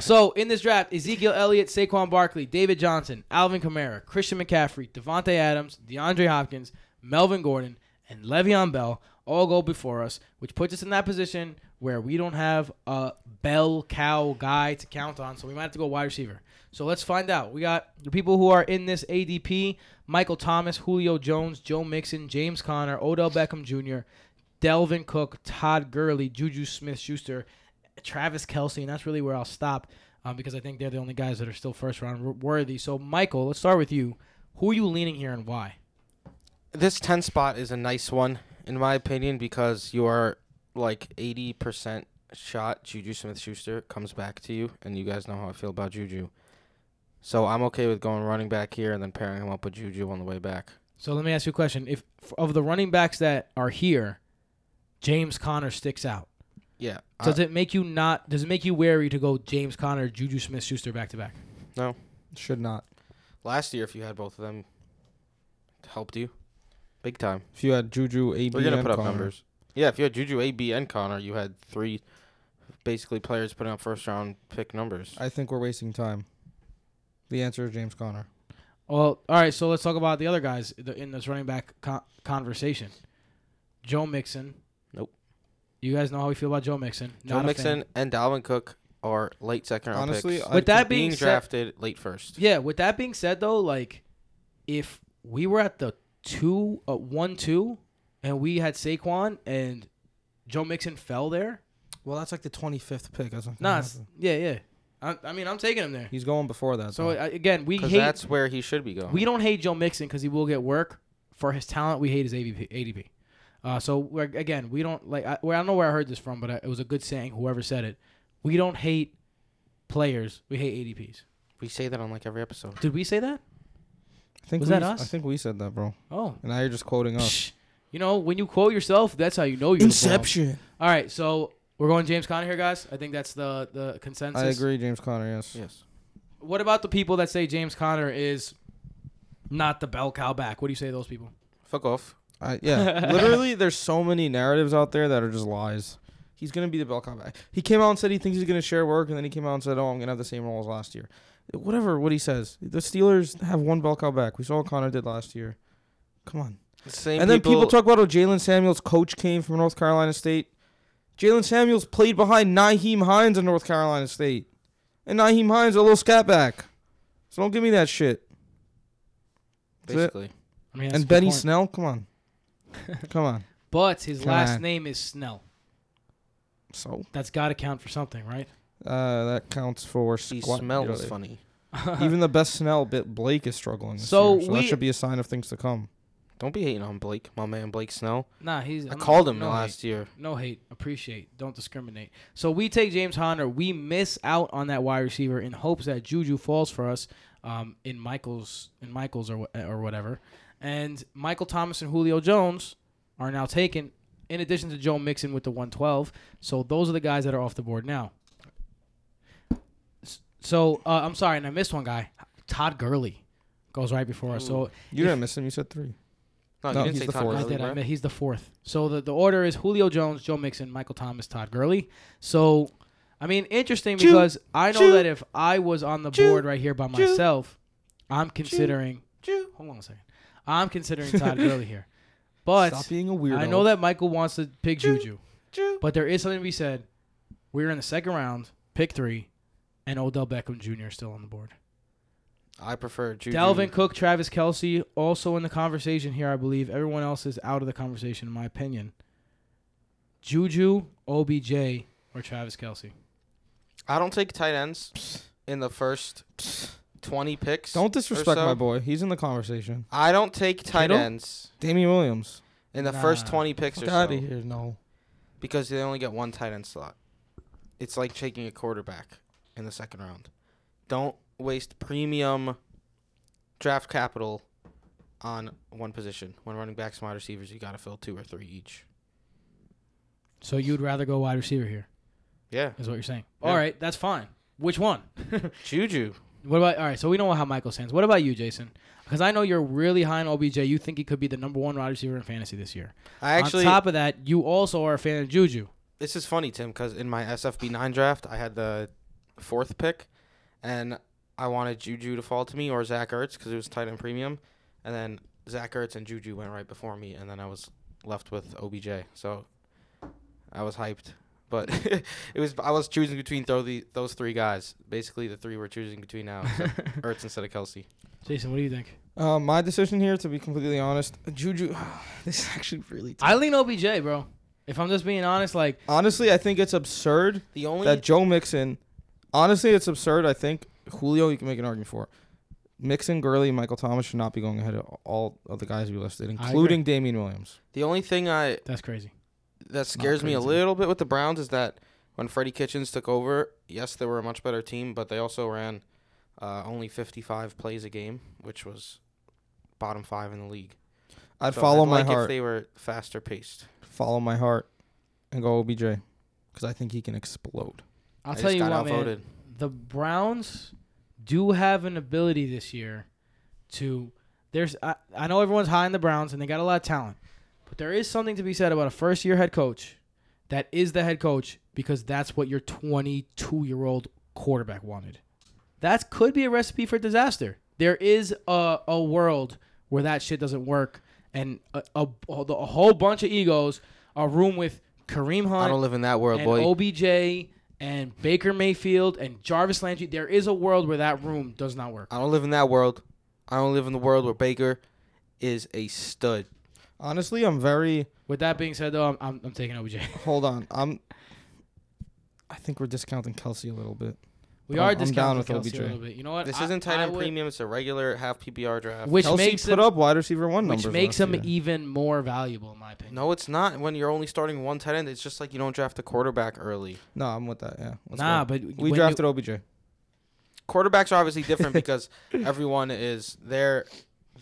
A: so in this draft, Ezekiel Elliott, Saquon Barkley, David Johnson, Alvin Kamara, Christian McCaffrey, Devontae Adams, DeAndre Hopkins, Melvin Gordon, and Le'Veon Bell all go before us, which puts us in that position where we don't have a bell cow guy to count on, so we might have to go wide receiver. So let's find out. We got the people who are in this ADP: Michael Thomas, Julio Jones, Joe Mixon, James Conner, Odell Beckham Jr., Delvin Cook, Todd Gurley, Juju Smith Schuster, Travis Kelsey, and that's really where I'll stop um, because I think they're the only guys that are still first round wor- worthy. So, Michael, let's start with you. Who are you leaning here and why?
B: This 10 spot is a nice one, in my opinion, because you are like 80% shot. Juju Smith Schuster comes back to you, and you guys know how I feel about Juju. So I'm okay with going running back here and then pairing him up with Juju on the way back.
A: So, let me ask you a question. If f- of the running backs that are here, James Conner sticks out.
B: Yeah. I-
A: Does it make you not? Does it make you wary to go James Conner, Juju Smith Schuster back to back?
C: Should not.
B: last year, if you had both of them, it helped you big time.
C: If you had Juju, AB,
B: We're gonna
C: and
B: put up
C: Connor.
B: numbers. Yeah, if you had Juju, AB, and Connor, you had three basically players putting up first round pick numbers.
C: I think we're wasting time. The answer is James Conner.
A: Well, all right. So let's talk about the other guys th- in this running back con- conversation. Joe Mixon.
B: Nope.
A: You guys know how we feel about Joe Mixon.
B: Joe
A: Not a
B: Mixon
A: fan.
B: and Dalvin Cook are late second round
C: Honestly,
B: picks.
C: I-
A: With that being,
B: being
A: said,
B: drafted late first.
A: yeah. With that being said, though, like if we were at the two, uh, one, two, and we had Saquon and Joe Mixon fell there.
C: Well, that's like the 25th pick. That's not
A: Nah, it's- yeah, yeah. I, I mean, I'm taking him there.
C: He's going before that.
A: So
C: So
A: I, again, we
B: Because
A: hate.
B: that's where he should be going.
A: We don't hate Joe Mixon because he will get work for his talent. We hate his ADP. ADP. Uh, so we're, again, we don't like. I, well, I don't know where I heard this from, but I, it was a good saying. Whoever said it, we don't hate players. We hate ADPs.
B: we say that on like every episode.
A: Did we say that?
C: I think
A: was
C: we,
A: that
C: s-
A: us?
C: I think we said that, bro.
A: Oh,
C: And now you're just quoting us.
A: Psh. you know when you quote yourself, that's how you know you're The bomb. All right, so we're going James Conner here, guys. I think that's the the consensus.
C: I agree, James Conner. Yes.
B: Yes.
A: What about the people that say James Conner is not the bell cow back? What do you say to those people?
B: Fuck off.
C: I,
B: *laughs*
C: yeah. Literally, there's so many narratives out there that are just lies. He's gonna be the bell cow. guy. He came out and said he thinks he's gonna share work, and then he came out and said, "Oh, I'm gonna have the same role as last year." Whatever what he says, the Steelers have one bell cow back. We saw what Connor did last year. Come on.
B: Same
C: and then people talk about how Jalen Samuels' coach came from North Carolina State. Jalen Samuels played behind Naheem Hines in North Carolina State, and Naheem Hines a little scat back. So don't give me that shit. That's it.
B: basically.
A: I mean, that's a
C: and
A: good
C: Benny
A: point.
C: Snell,
A: *laughs*
C: come on, come on.
A: but his
C: Come
A: last
C: on.
A: name is Snell.
C: So
A: That's got to count for something, right?
C: uh, that counts for
B: He
C: squat.
B: smells
C: really.
B: funny.
A: *laughs*
C: Even the best Snell bit Blake is struggling. This
A: So
C: year, so that
A: we-
C: should be a sign of things to come.
B: Don't be hating on Blake, my man Blake Snell.
A: Nah, he's.
B: I called him
A: no
B: last year.
A: Hate, no hate. Appreciate. Don't discriminate. So we take James Conner. We miss out on that wide receiver in hopes that Juju falls for us um, in Michael's in Michael's or wha- or whatever. And Michael Thomas and Julio Jones are now taken. In addition to Joe Mixon with the 112, so those are the guys that are off the board now. S- So uh, I'm sorry, and I missed one guy. Todd Gurley goes right before us. So
C: You didn't miss him. You said three.
B: No,
C: No,
B: you didn't
C: he's
B: say
C: the
B: Todd
C: fourth.
A: I
B: Gurley,
A: did. I
B: bro.
A: mean, he's the fourth. So the, the order is Julio Jones, Joe Mixon, Michael Thomas, Todd Gurley. So, I mean, interesting
C: Choo,
A: because I know
C: choo,
A: that if I was on the
C: choo,
A: board right here by
C: choo,
A: myself, I'm considering.
C: choo.
A: Hold on a second. I'm considering
C: *laughs*
A: Todd Gurley here, but
C: Stop being a weirdo.
A: I know that Michael wants to pick
C: Choo,
A: Juju,
C: choo.
A: but there is something to be said. We're in the second round, pick three, and Odell Beckham Jr. is still on the board.
B: I prefer Juju.
A: Dalvin Cook, Travis Kelsey, also in the conversation here, I believe. Everyone else is out of the conversation, in my opinion. Juju, OBJ, or Travis Kelsey.
B: I don't take tight ends in the first 20 picks.
C: Don't disrespect
B: so.
C: my boy. He's in the conversation.
B: I don't take tight
C: Kittle?
B: ends
C: Damian Williams.
B: in the
A: Nah.
B: first 20 picks or
C: Fuck out
B: so
C: of here. No.
B: because they only get one tight end slot. It's like taking a quarterback in the second round. Don't waste premium draft capital on one position. When running backs and wide receivers, you got to fill two or three each.
A: So you'd rather go wide receiver here,
B: Yeah.
A: is what you're saying.
B: Yeah.
A: All right, that's fine. Which one?
B: Juju.
A: What about all right? So we know how Michael stands. What about you, Jason? Because I know you're really high on OBJ. You think he could be the number one wide receiver in fantasy this year.
B: I actually,
A: On top of that, you also are a fan of
B: *laughs*
A: Juju.
B: this is funny, Tim, because in my SFB nine draft, I had the fourth pick, and I wanted Juju to fall to me or Zach Ertz because it was tight end premium, and then Zach Ertz and Juju went right before me, and then I was left with OBJ. So I was hyped, but *laughs* it was I was choosing between throw the, those three guys. Basically, the three we're choosing between *laughs* now: except Ertz instead of Kelsey.
A: Jason, what do you think?
C: Uh, my decision here, to be completely honest,
A: *sighs*
C: Juju. This is actually really. Tough.
A: I lean OBJ, bro. If I'm just being honest, like
C: Honestly, I think it's absurd
B: The only
C: that Joe Mixon. Honestly, it's absurd. I think Julio, you can make an argument for. Mixon, Gurley, and Michael Thomas should not be going ahead of all of the guys we listed,
A: agree.
C: including Damien Williams.
B: the only thing I
A: that's crazy.
B: that scares me a
C: crazy.
B: little bit with the Browns is that when Freddie Kitchens took over, yes, they were a much better team, but they also ran uh, only 55 plays a game, which was bottom five in the league.
C: I'd
B: So
C: follow my
B: like
C: heart.
B: If they were faster paced,
C: follow my heart and go OBJ because I think he can explode.
A: I'll
B: I
A: tell
B: just
A: you
B: got
A: what, man.
B: outvoted.
A: The Browns do have an ability this year to. There's I, I know everyone's high in the Browns and they got a lot of talent, but there is something to be said about a first year head coach that is the head coach because that's what your 22 year old quarterback wanted. That could be a recipe for disaster. There is a, a world where that shit doesn't work, and a, a, a whole bunch of egos are room with Kareem Hunt
B: I don't live in that world,
A: and
B: boy.
A: OBJ and Baker Mayfield and Jarvis Landry. There is a world where that room does not work.
B: I don't live in that world. I don't live in the world where Baker is a stud.
C: Honestly, I'm very.
A: With that being said, though, I'm, I'm, I'm taking OBJ.
C: Hold on. I'm. I think we're discounting Kelsey a little bit.
A: We
C: I'm-
A: are
C: I'm down
A: discounting
C: with
A: Kelsey a
C: OBJ.
A: little bit. You know what?
B: This
A: I-
B: isn't tight
A: I
B: end
A: would-
B: premium. It's a regular half PPR draft.
A: which
C: Kelsey
A: makes
C: put
A: him,
C: up wide receiver one numbers.
A: which makes
C: last
A: him e
C: year.
A: even more valuable, in my opinion.
B: no, it's not. When you're only starting one tight end, it's just like you don't draft a quarterback early.
C: No, I'm with that. Yeah. Let's
A: nah,
C: go.
A: but
C: we
A: when
C: drafted OBJ.
B: quarterbacks are obviously
C: *laughs*
B: different because everyone is they're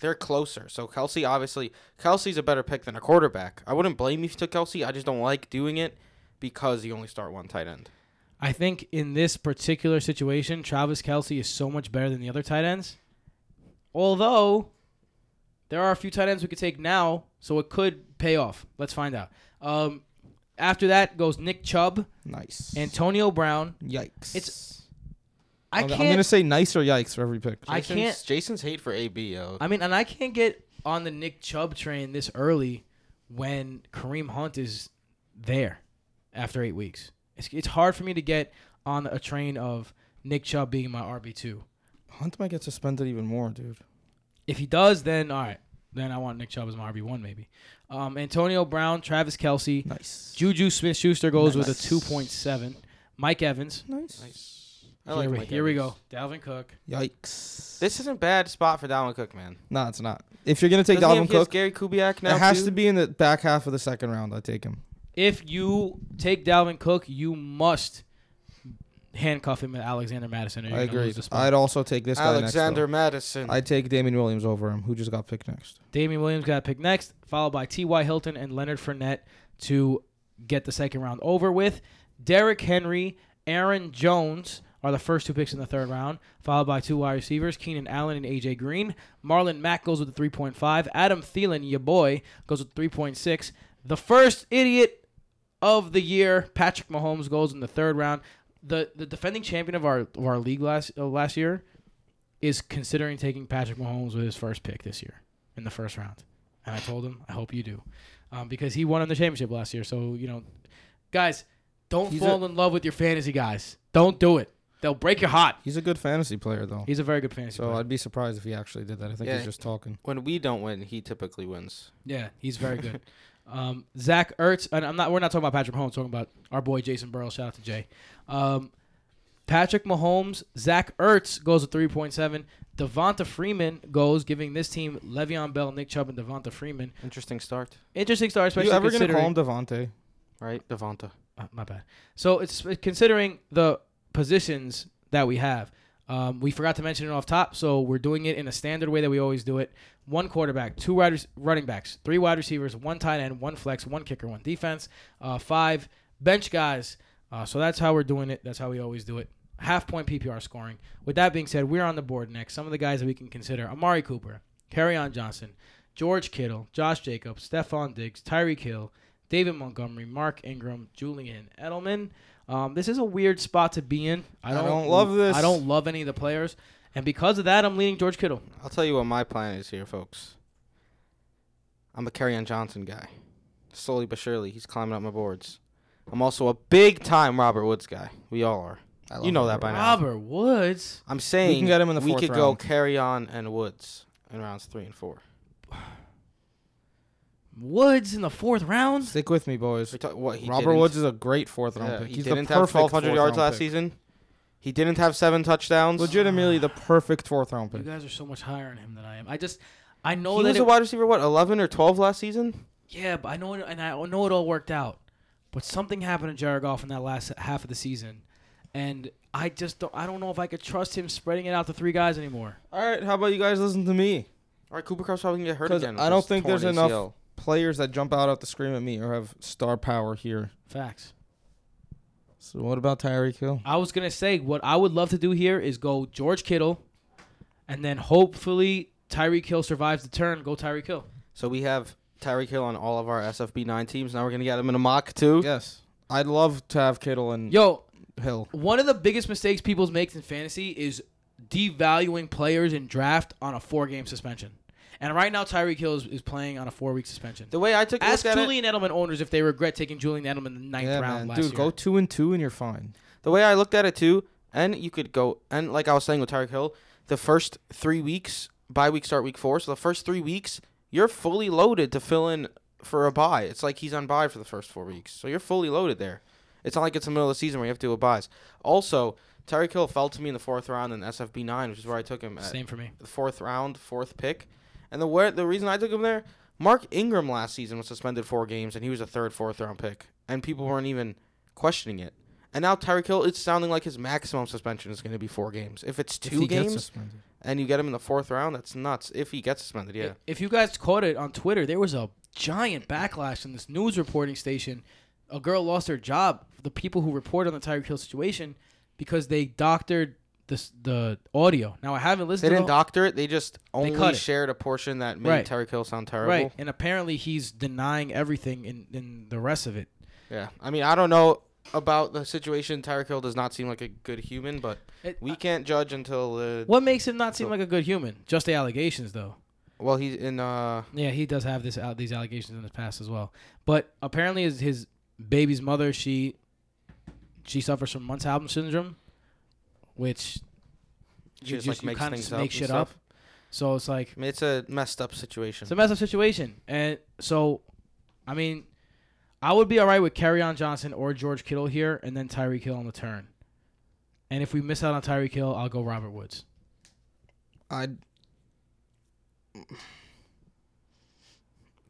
B: they're closer. So Kelsey obviously Kelsey's a better pick than a quarterback. I wouldn't blame you if you took Kelsey. I just don't like doing it because you only start one tight end.
A: you- I think in this particular situation, Travis Kelsey is so much better than the other tight ends. Although there are a few tight ends we could take now, so it could pay off. Let's find out. Um, after that goes Nick Chubb,
C: Nice.
A: Antonio Brown.
C: yikes.
A: It's-
C: I
A: I
C: am
A: can't.
C: gonna say nice or yikes for every pick.
A: I
B: Jason's-
A: can't.
B: Jason's hate for AB. Yo.
A: I mean, and I can't get on the Nick Chubb train this early when Kareem Hunt is there after eight weeks. It's, it's hard for me to get on a train of Nick Chubb being my RB two.
C: Hunt might get suspended even more, dude.
A: If he does, then all right. Then I want Nick Chubb as my RB one maybe. Um, Antonio Brown, Travis Kelsey,
C: Nice.
A: Juju Smith Schuster goes with a
C: Nice.
A: two point seven. Mike Evans.
C: Nice.
B: nice. I
A: Here,
B: like
A: we,
B: Mike
A: here we
B: Evans.
A: go. Dalvin Cook.
C: Yikes.
B: This isn't bad spot for Dalvin Cook, man.
C: Nah, it's not. If you're gonna take
B: Doesn't he have-
C: Dalvin
B: he has
C: Cook,
B: Gary Kubiak now.
C: it has
B: too?
C: to be in the back half of the second round. I take him.
A: if you take Dalvin Cook, you must handcuff him with Alexander Madison. Or you're
C: I
A: gonna
C: agree.
A: Lose the spot.
C: I'd also take this
B: Alexander
C: guy
B: Madison.
C: next. I take Damien Williams over him, who just got picked next.
A: Damian Williams got picked next, followed by T.Y. Hilton and Leonard Fournette to get the second round over with. Derrick Henry, Aaron Jones are the first two picks in the third round, followed by two wide receivers, Keenan Allen and A.J. Green. Marlon Mack goes with the 3.5. Adam Thielen, your boy, goes with 3.6. The first idiot of the year, Patrick Mahomes, goes in the third round. The the defending champion of our of our league last uh, last year is considering taking Patrick Mahomes with his first pick this year in the first round. And I told him, I hope you do. Um, because he won on the championship last year. So, you know, guys, don't
C: He's
A: fall in love with your fantasy guys. Don't do it. They'll break your heart.
C: He's a good fantasy player though,
A: He's a very good fantasy
C: so
A: player.
C: I'd be surprised if he actually did that. I think
B: Yeah.
C: he's just talking.
B: when we don't win, he typically wins.
A: yeah, he's very good. *laughs* um, Zach Ertz, and I'm not. We're not talking about Patrick Mahomes. Talking about our boy Jason Burrow. Shout out to Jay. Um, Patrick Mahomes, Zach Ertz goes with 3.7. Devonta Freeman goes, giving this team Le'Veon Bell, Nick Chubb, and Devonta Freeman.
B: Interesting start,
A: Interesting start,
C: Are
A: especially
C: you ever gonna
A: considering.
C: call him Devontae?
B: right, Devonta?
A: Uh, my bad. So it's uh, considering the positions that we have. Um, we forgot to mention it off top, so we're doing it in a standard way that we always do it. One quarterback, two wide rec- running backs, three wide receivers, one tight end, one flex, one kicker, one defense, uh, five bench guys. Uh, so that's how we're doing it. That's how we always do it. Half point PPR scoring. With that being said, we're on the board next. Some of the guys that we can consider Amari Cooper, Carryon Johnson, George Kittle, Josh Jacobs, Stephon Diggs, Tyreek Hill, David Montgomery, Mark Ingram, Julian Edelman. Um, this is a weird spot to be in. I don't,
C: don't love this.
A: I don't love any of the players, and because of that, I'm leaning George Kittle.
B: I'll tell you what my plan is here, folks. I'm a Carry on Johnson guy. Slowly but surely, he's climbing up my boards. I'm also a big time Robert Woods guy. We all are. You know that by now.
A: Robert Woods.
B: I'm saying
C: We can get him in the
B: we
C: fourth
B: could go
C: round.
B: carry on and Woods in rounds three and four.
A: Woods in the fourth round.
C: Stick with me, boys.
B: We talk- what, he
C: Robert
B: didn't-
C: Woods is a great fourth round
B: yeah,
C: pick.
B: He
C: He's
B: didn't
C: the
B: have
C: perfect
B: 1,200
C: fourth
B: yards
C: round
B: last
C: pick.
B: season. He didn't have seven touchdowns.
C: Legitimately, the perfect fourth round
A: You
C: pick.
A: guys are so much higher on him than I am. I just, I
B: He
A: know that
B: was
A: it-
B: a wide receiver, what, 11 or 12 last season?
A: Yeah, but I know, it, and I know it all worked out. But something happened to Jared Goff in that last half of the season, and I just don't. I don't know if I could trust him spreading it out to three guys anymore.
C: All right, how about you guys listen to me?
B: All right, Cooper Cup's probably going to get hurt
C: 'Cause
B: again. with
C: I don't
B: his
C: think there's
B: torn
C: enough
B: ACL.
C: players that jump out at the screen at me or have star power here.
A: Facts.
C: So what about Tyreek Hill?
A: I was gonna say what I would love to do here is go George Kittle, and then hopefully Tyreek Hill survives the turn. Go Tyreek Hill.
B: So we have Tyreek Hill on all of our SFB9 teams. Now we're going to get him in a mock, too.
C: Yes, I'd love to have Kittle and
A: Yo,
C: Hill.
A: one of the biggest mistakes people makes in fantasy is devaluing players in draft on a four-game suspension. And right now, Tyreek Hill is, is playing on a four-week suspension.
B: The way I took a
A: Ask
B: look at it,
A: Julian Edelman owners if they regret taking Julian Edelman in the ninth
C: Yeah,
A: round
C: man.
A: last
C: dude,
A: year.
C: go two and two and you're fine.
B: the way I looked at it too, and you could go and like I was saying with Tyreek Hill, the first three weeks, bye week start week four, so the first three weeks you're fully loaded to fill in for a buy. It's like he's on buy for the first four weeks, so you're fully loaded there. It's not like it's the middle of the season where you have to do a buys. Also, Tyreek Hill fell to me in the fourth round in SFB nine, which is where I took him at
A: Same for me.
B: the fourth round, fourth pick, and the where the reason I took him there, Mark Ingram last season was suspended four games, and he was a third, fourth round pick, and people weren't even questioning it. And now Tyreek Hill, it's sounding like his maximum suspension is going to be four games. If it's
C: If
B: two
C: he gets
B: games
C: suspended.
B: and you get him in the fourth round, that's nuts. If he gets suspended, yeah.
A: If you guys caught it on Twitter, there was a giant backlash in this news reporting station. A girl lost her job. The people who reported on the Tyreek Hill situation because they doctored this, the audio. Now I haven't
B: They
A: listened. to
B: didn't
A: the-
B: doctor it. They just only
A: cut it.
B: shared a portion that made
A: Right.
B: Tyreek Hill sound terrible.
A: right, and apparently he's denying everything in, in the rest of it.
B: Yeah. I mean, I don't know about the situation. Tyreek Hill does not seem like a good human, but
A: It-
B: we can't judge until uh,
A: What makes him not seem
B: So-
A: like a good human? Just the allegations, though.
B: well, he's in uh
A: Yeah, he does have this out these allegations in his past as well. But apparently, his his baby's mother she she suffers from Munchausen syndrome, which
B: She
A: you just,
B: just, like,
A: you
B: makes
A: kind of
B: things
A: just
B: up
A: make
B: and
A: shit
B: stuff.
A: up. So it's like
B: I mean, it's a messed up situation.
A: it's a messed up situation, and so I mean, I would be all right with on Johnson or George Kittle here, and then Tyreek Hill on the turn. And if we miss out on Tyreek Hill, I'll go Robert Woods.
C: I'd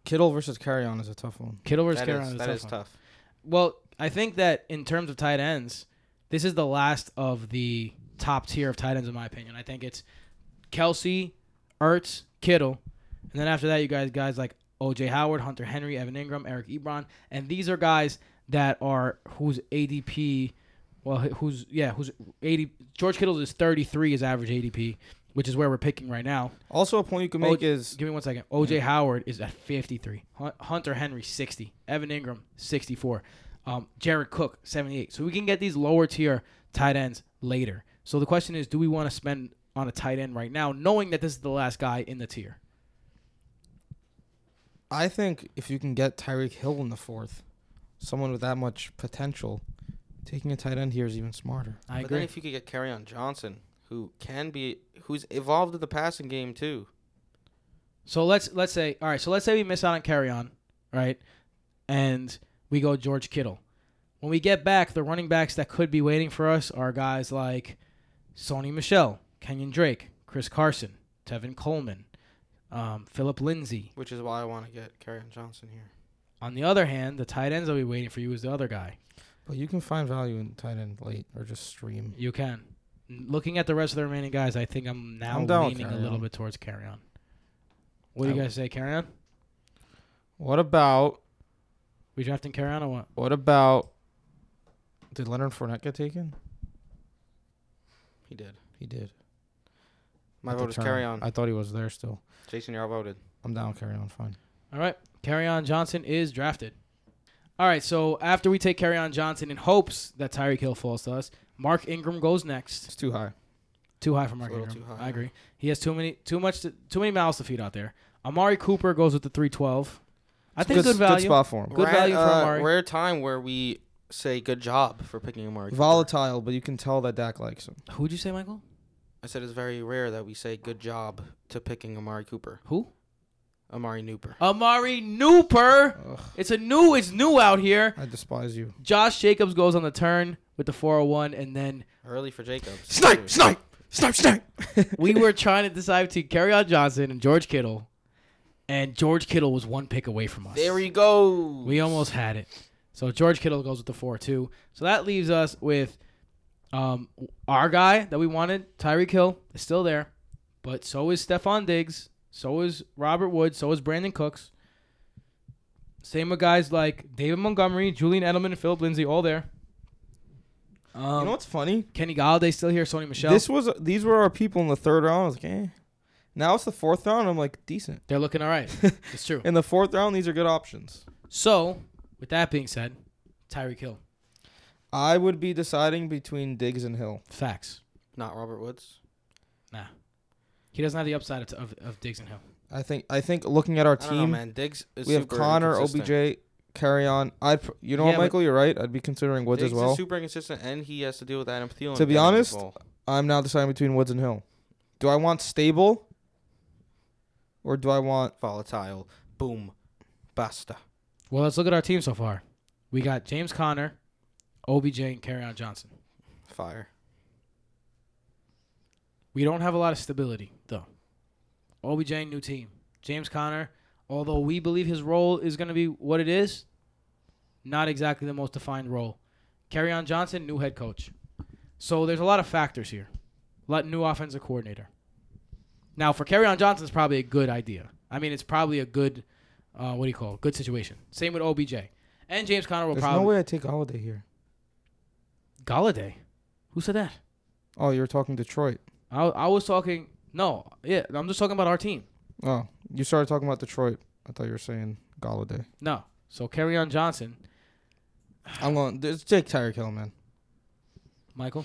C: Kittle versus Carry on is a tough one.
A: Kittle versus
B: That
A: Carry
B: is,
A: is
B: that
A: tough
B: is
A: one.
B: tough.
A: Well, I think that in terms of tight ends, this is the last of the top tier of tight ends, in my opinion. I think it's Kelsey, Ertz, Kittle, and then after that, you guys guys like OJ Howard, Hunter Henry, Evan Ingram, Eric Ebron, and these are guys that are whose ADP, well, who's yeah, who's eighty. George Kittle's is thirty three, is average ADP, which is where we're picking right now.
C: Also, a point you can make
A: Oh,
C: is
A: Give me one second. OJ Howard is at 53. Hun- Hunter Henry 60. Evan Ingram 64. Um, Jared Cook 78. So we can get these lower tier tight ends later. So the question is, do we want to spend on a tight end right now, knowing that this is the last guy in the tier?
C: I think if you can get Tyreek Hill in the fourth, someone with that much potential, taking a tight end here is even smarter.
A: I
B: but then if you could get Carry on Johnson, who can be who's evolved in the passing game too.
A: So let's let's say all right. So let's say we miss out on carry on, right? And we go George Kittle. When we get back, the running backs that could be waiting for us are guys like Sony Michelle, Kenyon Drake, Chris Carson, Tevin Coleman, um, Philip Lindsay.
B: Which is why I want to get Carry on Johnson here.
A: On the other hand, the tight ends that we waiting for you is the other guy.
C: But you can find value in tight end late or just stream.
A: You can. Looking at the rest of the remaining guys, I think I'm now
C: I'm down with
A: leaning a
C: carry
A: little
C: on.
A: bit towards carry on. What do you
C: I-
A: guys say, carry on?
C: What about
A: We drafting carry on or what?
C: what about did Leonard Fournette get taken?
B: He did.
C: He did.
B: My
C: at the
B: vote is carry
C: tournament.
B: on.
C: I thought he was there still.
B: Jason, you're all voted.
C: I'm down. Carry on. Fine.
A: All right. Carry on Johnson is drafted. All right. So after we take Carry on Johnson in hopes that Tyreek Hill falls to us, Mark Ingram goes next.
C: It's too high.
A: Too high for Mark
B: It's a
A: Ingram.
B: little too high.
A: I agree. He has too many, too much, to, too many mouths to feed out there. Amari Cooper goes with the three twelve. I think good, value.
C: Good spot for him.
A: Good
B: We're
A: value for
B: at, uh,
A: Amari.
B: We're at a time where we say good job for picking Amari. Cooper.
C: Volatile, but you can tell that Dak likes him.
A: Who'd you say, Michael?
B: I said it's very rare that we say good job to picking Amari Cooper.
A: Who?
B: Amari Nooper.
A: Amari Nooper.
C: Ugh,
A: It's a new. It's new out here.
C: I despise you.
A: Josh Jacobs goes on the turn with the 401, and then
B: Early for Jacobs. Too.
C: snipe, snipe, snipe.
A: we were trying to decide between Carry on Johnson and George Kittle, and George Kittle was one pick away from us.
B: There we go.
A: we almost had it. So George Kittle goes with the four too. So that leaves us with um, our guy that we wanted, Tyreek Hill, is still there, but so is Stephon Diggs, so is Robert Woods, so is Brandon Cooks. Same with guys like David Montgomery, Julian Edelman, and Philip Lindsay, all there. Um,
C: you know what's funny?
A: Kenny Galladay still here, Sony Michelle.
C: This was these were our people in the third round. I was like, eh. Now it's the fourth round. I'm like, decent.
A: They're looking all
C: *laughs*
A: right. It's true.
C: In the fourth round, these are good options.
A: So, with that being said, Tyreek Hill.
C: I would be deciding between Diggs and Hill.
A: Facts.
B: Not Robert Woods.
A: He doesn't have the upside of, of, of Diggs and Hill.
C: I think. I think looking at our
B: I don't know,
C: team,
B: man. Diggs is
C: we have
B: super
C: Connor,
B: inconsistent.
C: OBJ, carry on. I'd. pr- You know
A: Yeah,
C: what,
A: but-
C: Michael? You're right. I'd be considering Woods
B: Diggs
C: as well.
B: is super inconsistent, and he has to deal with Adam Thielen.
C: To
B: getting
C: be
B: the
C: honest,
B: ball.
C: I'm now deciding between Woods and Hill. Do I want stable, or do I want?
B: volatile. Boom. Basta.
A: Well, let's look at our team so far. We got James Connor, OBJ, and Carryon Johnson.
B: Fire.
A: We don't have a lot of stability, though. OBJ, new team. James Connor, although we believe his role is going to be what it is, not exactly the most defined role. Carryon Johnson, new head coach. So there's a lot of factors here. Let new offensive coordinator. Now for Carryon Johnson, it's probably a good idea. I mean, it's probably a good, uh, what do you call it? Good situation. Same with OBJ and James Connor will
C: There's
A: probably
C: no way I take Holiday here.
A: Galladay. Who said that?
C: Oh, you're talking Detroit.
A: I I was talking. No, yeah, I'm just talking about our team.
C: Oh, you started talking about Detroit. I thought you were saying Galladay.
A: No. So carry on Johnson,
C: I'm going. It's Jake Tyreek Hill, man.
A: Michael.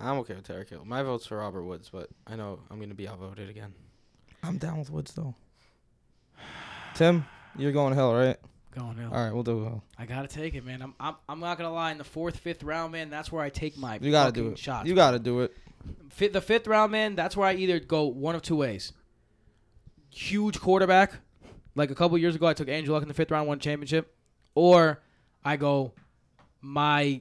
B: I'm okay with Tyreek Hill. My vote's for Robert Woods, but I know I'm going to be outvoted again.
C: I'm down with Woods though. Tim, you're going Hill, right?
A: Going Hill.
C: All right, we'll do Hill.
A: I gotta take it, man. I'm, I'm I'm not gonna lie. In the fourth, fifth round, man, that's where I take my
C: You gotta do
A: fucking
C: it.
A: shots.
C: You gotta do it.
A: Fi the fifth round, man. That's where I either go one of two ways. Huge quarterback, like a couple years ago, I took Andrew Luck in the fifth round, won a championship, or I go my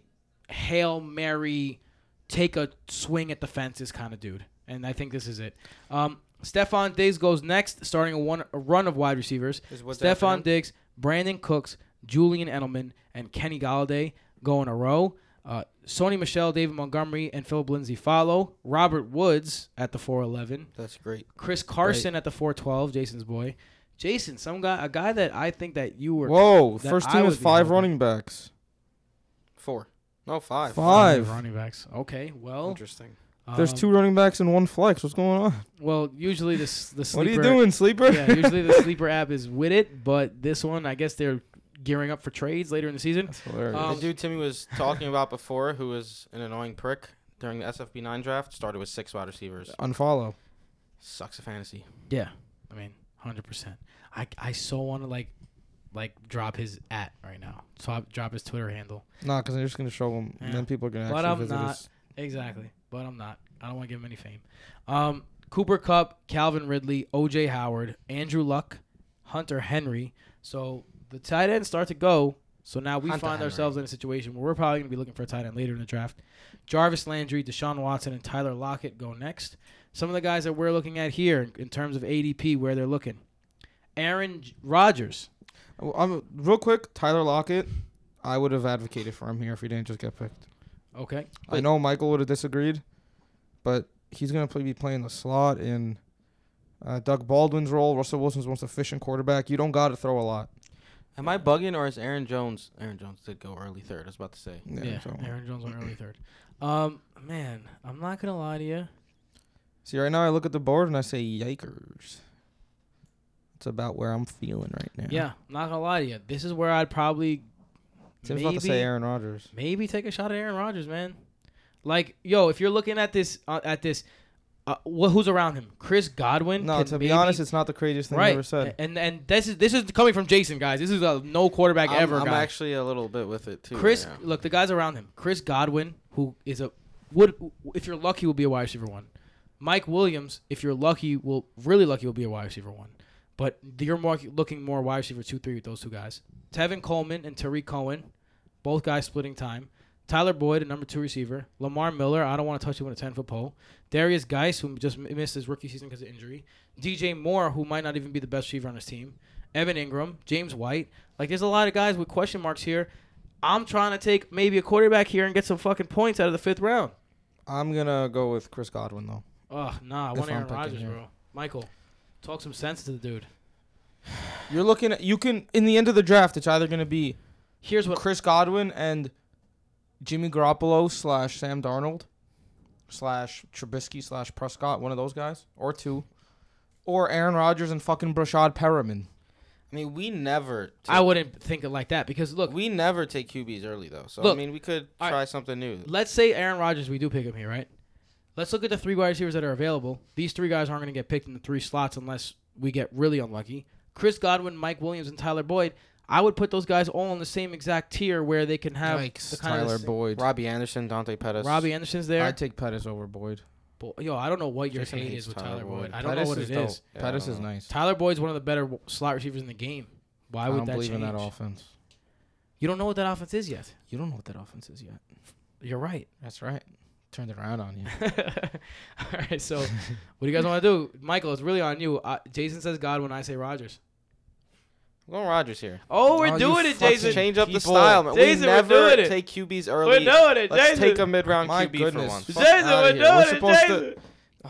A: hail mary, take a swing at the fences kind of dude, and I think this is it. Um, Stephon Diggs goes next, starting a one a run of wide receivers.
B: Is Woods after
A: Stephon
B: him?
A: Diggs, Brandon Cooks, Julian Edelman, and Kenny Galladay go in a row. Uh, Sony Michelle, David Montgomery, and Philip Lindsay follow. Robert Woods at the 411.
B: That's great.
A: Chris Carson at the 412. Jason's boy. Jason, some guy, a guy that I think that you were
C: Whoa,
A: that
C: first
A: I
C: team was
A: would be
C: five
A: hoping.
C: running backs.
B: Four. No, five.
C: Five.
A: running backs. Okay, well,
B: Interesting.
C: There's
A: um,
C: two running backs and one flex. What's going on?
A: Well, usually this the
C: *laughs* What are
A: sleeper.
C: you doing, sleeper?
A: yeah,
C: *laughs*
A: usually the sleeper app is with it, but this one, I guess they're gearing up for trades later in the season.
C: That's hilarious.
A: Um,
B: the dude Timmy was talking about before, who was an annoying prick during the SFB9 draft, started with six wide receivers.
C: Unfollow.
B: Sucks a fantasy.
A: Yeah, I mean, hundred percent. I I so want to like, like drop his at right now. So I drop his Twitter handle.
C: Nah, because I'm just gonna show them.
A: Yeah.
C: And then people are gonna
A: But
C: actually
A: I'm
C: visit
A: not.
C: us.
A: Exactly, but I'm not. I don't want to give him any fame. Um, Cooper Cup, Calvin Ridley, O.J. Howard, Andrew Luck, Hunter Henry. So the tight ends start to go. So now we
B: Hunter
A: find
B: Henry.
A: ourselves in a situation where we're probably going to be looking for a tight end later in the draft. Jarvis Landry, Deshaun Watson, and Tyler Lockett go next. Some of the guys that we're looking at here in- in terms of ADP, where they're looking. Aaron J- Rodgers.
C: Well, I'm real quick. Tyler Lockett. I would have advocated for him here if he didn't just get picked.
A: Okay.
C: I know Michael would have disagreed, but he's gonna play, be playing the slot in uh, Doug Baldwin's role. Russell Wilson's the most efficient quarterback. You don't got to throw a lot.
B: Am I bugging or is Aaron Jones? Aaron Jones did go early third. I was about to say.
A: Yeah.
C: so-
A: Aaron Jones went early third. Um, man, I'm not gonna lie to you.
C: See, right now I look at the board and I say, yikers. That's about where I'm feeling right now.
A: Yeah, I'm not gonna lie to you. This is where I'd probably
C: Tim's
A: maybe
C: about to say Aaron Rodgers.
A: maybe take a shot at Aaron Rodgers, man. Like, yo, if you're looking at this uh, at this, uh, wh- who's around him? Chris Godwin.
C: No,
A: can
C: to be
A: maybe-
C: honest, it's not the craziest thing
A: right. Eh.
C: I've ever said.
A: And and this is this is coming from Jason, guys. This is a no quarterback
B: I'm,
A: ever
B: I'm
A: guy.
B: actually a little bit with it too. right
A: Chris,
B: now.
A: look, the guys around him. Chris Godwin, who is a would if you're lucky will be a wide receiver one. Mike Williams, if you're lucky, will really lucky will be a wide receiver one. But you're more looking more wide receiver two three with those two guys. Tevin Coleman and Tariq Cohen, both guys splitting time. Tyler Boyd, a number two receiver. Lamar Miller, I don't want to touch him with a ten foot pole. Darius Geis, who just m- missed his rookie season because of injury. DJ Moore, who might not even be the best receiver on his team. Evan Ingram, James White. Like, there's a lot of guys with question marks here. I'm trying to take maybe a quarterback here and get some fucking points out of the fifth round.
C: I'm gonna go with Chris Godwin though.
A: Ugh, nah, I want
C: That's what I'm
A: Aaron
C: picking
A: Rodgers,
C: here.
A: bro. Michael, talk some sense to the dude.
C: You're looking at you can in the end of the draft. It's either gonna be
A: Here's what
C: Chris Godwin and Jimmy Garoppolo slash Sam Darnold slash Trubisky slash Prescott, one of those guys, or two, or Aaron Rodgers and fucking Brashad Perriman.
B: I mean, we never.
A: I wouldn't think it like that because look,
B: We never take QBs early though, so I
A: Look,
B: mean we could
A: I-
B: try something new.
A: let's say Aaron Rodgers, we do pick him here, right? Let's look at the three wide receivers that are available. These three guys aren't going to get picked in the three slots unless we get really unlucky. Chris Godwin, Mike Williams, and Tyler Boyd. I would put those guys all in the same exact tier where they can have the kind
C: Tyler
A: of
C: Boyd.
B: Robbie Anderson, Dante Pettis.
A: Robbie Anderson's there.
C: I'd take Pettis over Boyd.
A: Bo- Yo, I don't know what your
B: Jason
A: hate
B: hates
A: is with
B: Tyler
A: Tyler Boyd.
B: Boyd.
A: I don't
C: Pettis
A: know what
C: is
A: it
C: dope.
A: is.
B: Yeah, I
C: Pettis
B: don't
C: is
B: know.
C: nice.
A: Tyler Boyd's one of the better w- slot receivers in the game. Why
C: I,
A: would
C: don't
A: that
C: believe
A: change?
C: in that offense.
A: You don't know what that offense is yet.
C: You don't know what that offense is yet.
A: You're right. *laughs*
C: That's right. Turned it around on you.
A: All right, so what do you guys want to do, Michael? It's really on you. Uh, Jason says God when I say Rogers.
B: I'm going Rodgers here.
A: Oh,
C: we're
A: we're
C: Oh, you
A: doing it,
B: Let's
A: Jason.
B: change up the
C: people.
B: style. Man.
A: Jason,
B: we
A: we're
B: never
A: doing it.
B: take QBs
A: We're
B: early.
A: doing it,
B: Let's
A: Jason.
B: take a mid-round
C: My
B: QB for
C: goodness.
B: once.
A: *laughs*
C: Fuck
A: Jason,
C: outta
A: we're
C: here.
A: doing
C: We're
A: it,
C: supposed to-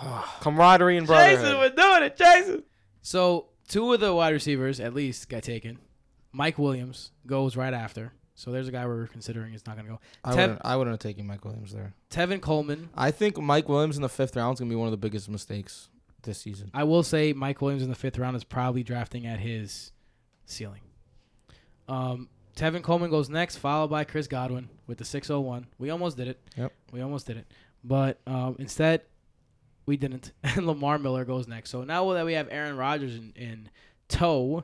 A: Jason.
B: *sighs* Camaraderie and brotherhood.
A: Jason, we're doing it, Jason. So two of the wide receivers at least got taken. Mike Williams goes right after. So there's a guy we're considering is not going to go.
C: I
A: Tev-
C: wouldn't. I wouldn't have taken Mike Williams there.
A: Tevin Coleman.
C: I think Mike Williams in the fifth round is gonna be one of the biggest mistakes this season.
A: I will say Mike Williams in the fifth round is probably drafting at his ceiling. Um, Tevin Coleman goes next, followed by Chris Godwin with the 601. We almost did it.
C: Yep.
A: We almost did it. But um, instead, we didn't. *laughs* And Lamar Miller goes next. So now that we have Aaron Rodgers in, in tow,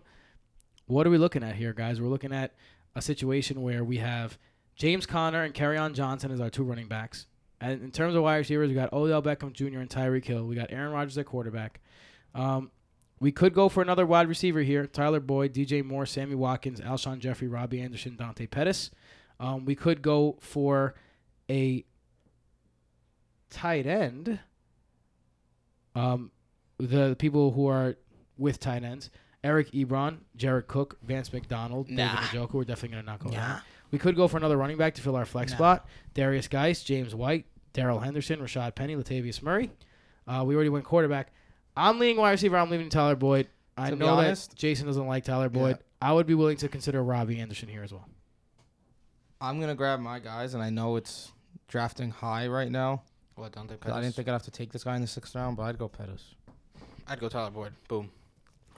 A: what are we looking at here, guys? We're looking at a situation where we have James Conner and Carryon Johnson as our two running backs. And in terms of wide receivers, we got Odell Beckham Jr. and Tyreek Hill. We got Aaron Rodgers at quarterback. Um, we could go for another wide receiver here: Tyler Boyd, DJ Moore, Sammy Watkins, Alshon Jeffrey, Robbie Anderson, Dante Pettis. Um, we could go for a tight end. Um, the people who are with tight ends: Eric Ebron, Jared Cook, Vance McDonald,
B: Nah.
A: David Njoku. We're definitely gonna not go.
B: Nah.
A: there. We could go for another running back to fill our flex spot: Darius Geis, James White, Daryl Henderson, Rashad Penny, Latavius Murray. Uh, we already went quarterback. I'm leaning wide receiver. I'm leaving Tyler Boyd. I
C: To be
A: know that
C: honest-
A: Jason doesn't like Tyler Boyd. I would be willing to consider Robbie Anderson here as well.
C: I'm gonna grab my guys, and I know it's drafting high right now.
B: What Dante Pettis?
C: I didn't think I'd have to take this guy in the sixth round, but I'd go Pettis.
B: I'd go Tyler Boyd. Boom,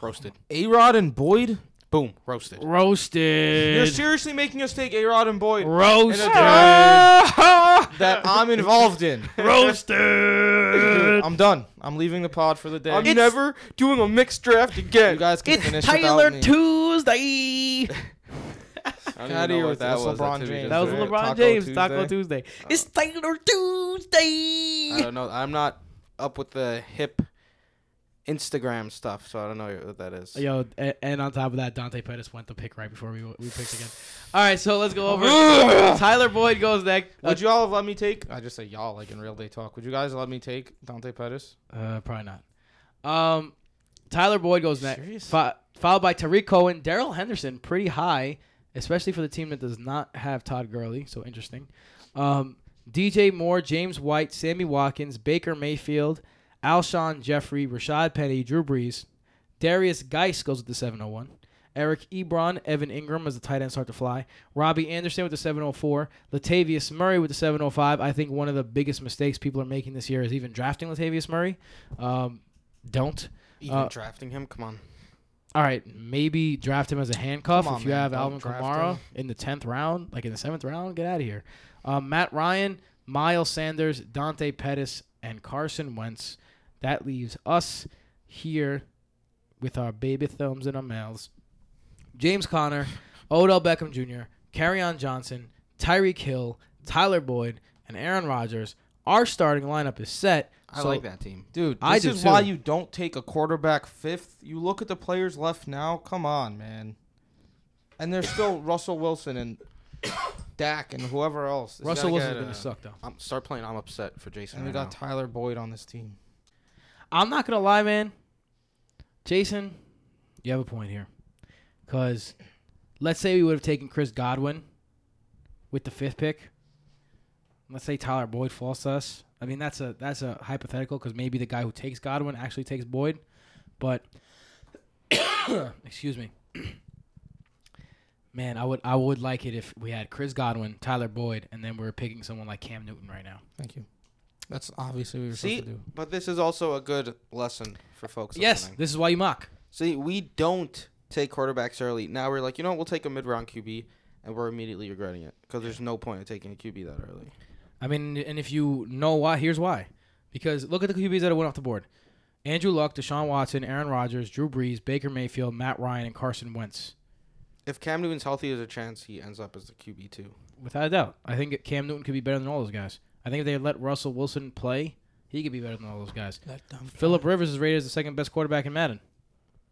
B: roasted.
C: A Rod and Boyd?
B: Boom, roasted.
C: You're
A: Roasted.
C: seriously making us take A Rod and Boyd *laughs*
A: Roasted.
C: that I'm involved in.
A: Roasted.
C: Dude, I'm done. I'm leaving the pod for the day.
B: I'm never doing a mixed draft
C: you
B: again.
C: guys can
A: It's
C: finish
A: Tyler
C: without me.
A: Tuesday.
B: I
C: Outta here with this LeBron
B: what we
C: James.
B: just
A: That was
B: did.
C: Right,
A: LeBron
C: Taco
A: James.
C: Tuesday. Oh.
A: Taco Tuesday. It's Tyler Tuesday.
B: I don't know. I'm not up with the hip Instagram stuff, so I don't know what that is.
A: Yo, a- and on top of that, Dante Pettis went the pick right before we we picked again. All right, so let's go over. Tyler Boyd goes next. Uh,
C: Would you all have let me take? I just say y'all like in real day talk. Would you guys let me take Dante Pettis?
A: Uh, probably not. Um, Tyler Boyd goes next,
C: Serious?
A: fo- followed by Tariq Cohen, Daryl Henderson, pretty high, especially for the team that does not have Todd Gurley. So interesting. Um, DJ Moore, James White, Sammy Watkins, Baker Mayfield, Alshon Jeffrey, Rashad Penny, Drew Brees, Darius Geis goes with the 701. Eric Ebron, Evan Ingram as the tight end start to fly. Robbie Anderson with the 704. Latavius Murray with the 705. I think one of the biggest mistakes people are making this year is even drafting Latavius Murray. Um, don't.
B: Even
A: Uh,
B: drafting him, come on.
A: All right, maybe draft him as a handcuff
B: Come on,
A: if you
B: man,
A: have
B: don't
A: Alvin
B: draft
A: Kamara
B: him.
A: in the tenth round, like in the seventh round. Get out of here. Um, Matt Ryan, Miles Sanders, Dante Pettis, and Carson Wentz. That leaves us here with our baby thumbs in our mouths. James Conner, Odell Beckham Jr., Carryon Johnson, Tyreek Hill, Tyler Boyd, and Aaron Rodgers. Our starting lineup is set.
B: I
A: so
B: like that team.
C: Dude, this
A: I do
C: is why
A: too.
C: you don't take a quarterback fifth. You look at the players left now. Come on, man. And
A: *coughs*
C: there's still Russell Wilson and Dak and whoever else. This-
A: Russell
B: gotta
A: Wilson's
B: get,
A: going
B: uh,
A: to suck, though.
B: I'm start playing. I'm upset for Jason.
C: and we
B: right
C: got
B: now.
C: Tyler Boyd on this team.
A: I'm not gonna lie, man. Jason, you have a point here, because let's say we would have taken Chris Godwin with the fifth pick. Let's say Tyler Boyd falls to us. I mean, that's a that's a hypothetical because maybe the guy who takes Godwin actually takes Boyd, but *coughs* excuse me. Man, I would I would like it if we had Chris Godwin, Tyler Boyd, and then we're picking someone like Cam Newton right now.
C: Thank you. That's obviously what you're
B: See,
C: supposed to do.
B: but this is also a good lesson for folks.
A: Yes,
B: listening.
A: this is why you mock.
B: See, we don't take quarterbacks early. Now we're like, you know, what, we'll take a mid-round QB, and we're immediately regretting it because there's no point in taking a QB that early.
A: I mean, and if you know why, here's why. Because look at the QBs that went off the board: Andrew Luck, Deshaun Watson, Aaron Rodgers, Drew Brees, Baker Mayfield, Matt Ryan, and Carson Wentz.
B: If Cam Newton's healthy, there's a chance he ends up as the QB too.
A: Without a doubt, I think Cam Newton could be better than all those guys. I think if they had let Russell Wilson play, he could be better than all those guys. Philip Rivers is rated as the second best quarterback in Madden.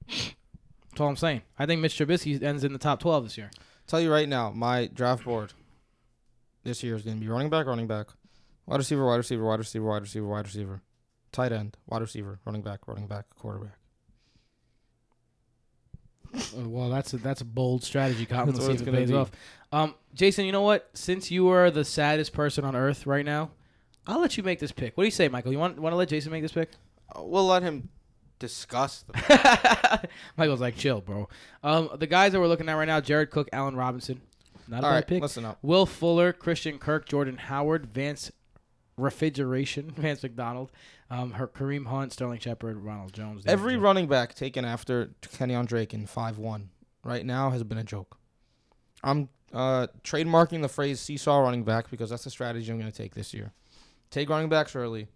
A: That's all I'm saying. I think Mitch Trubisky ends in the top 12 this year.
C: Tell you right now, my draft board this year is going to be running back, running back, wide receiver, wide receiver, wide receiver, wide receiver, wide receiver, tight end, wide receiver, running back, running back, quarterback.
A: Uh, well, that's a, that's a bold strategy, Cotton.
C: That's
A: Let's
C: what
A: see
C: it's
A: if it
C: gonna
A: pays
C: be.
A: off. Um, Jason, you know what? Since you are the saddest person on earth right now, I'll let you make this pick. What do you say, Michael? You want want to let Jason make this pick? *laughs*
B: Uh, We'll let him discuss
C: *laughs*
B: the
A: Michael's like, chill, bro. Um, the guys that we're looking at right now: Jared Cook, Allen Robinson. Not a
C: All
A: bad
C: right,
A: pick.
C: listen up.
A: Will Fuller, Christian Kirk, Jordan Howard, Vance Refrigeration, *laughs* Vance McDonald, um, her, Kareem Hunt, Sterling Shepard, Ronald Jones. David
C: Every
A: Jones.
C: running back taken after Kenyon Drake in five one right now has been a joke. I'm uh, trademarking the phrase seesaw running back because that's the strategy I'm going to take this year. Take running backs early,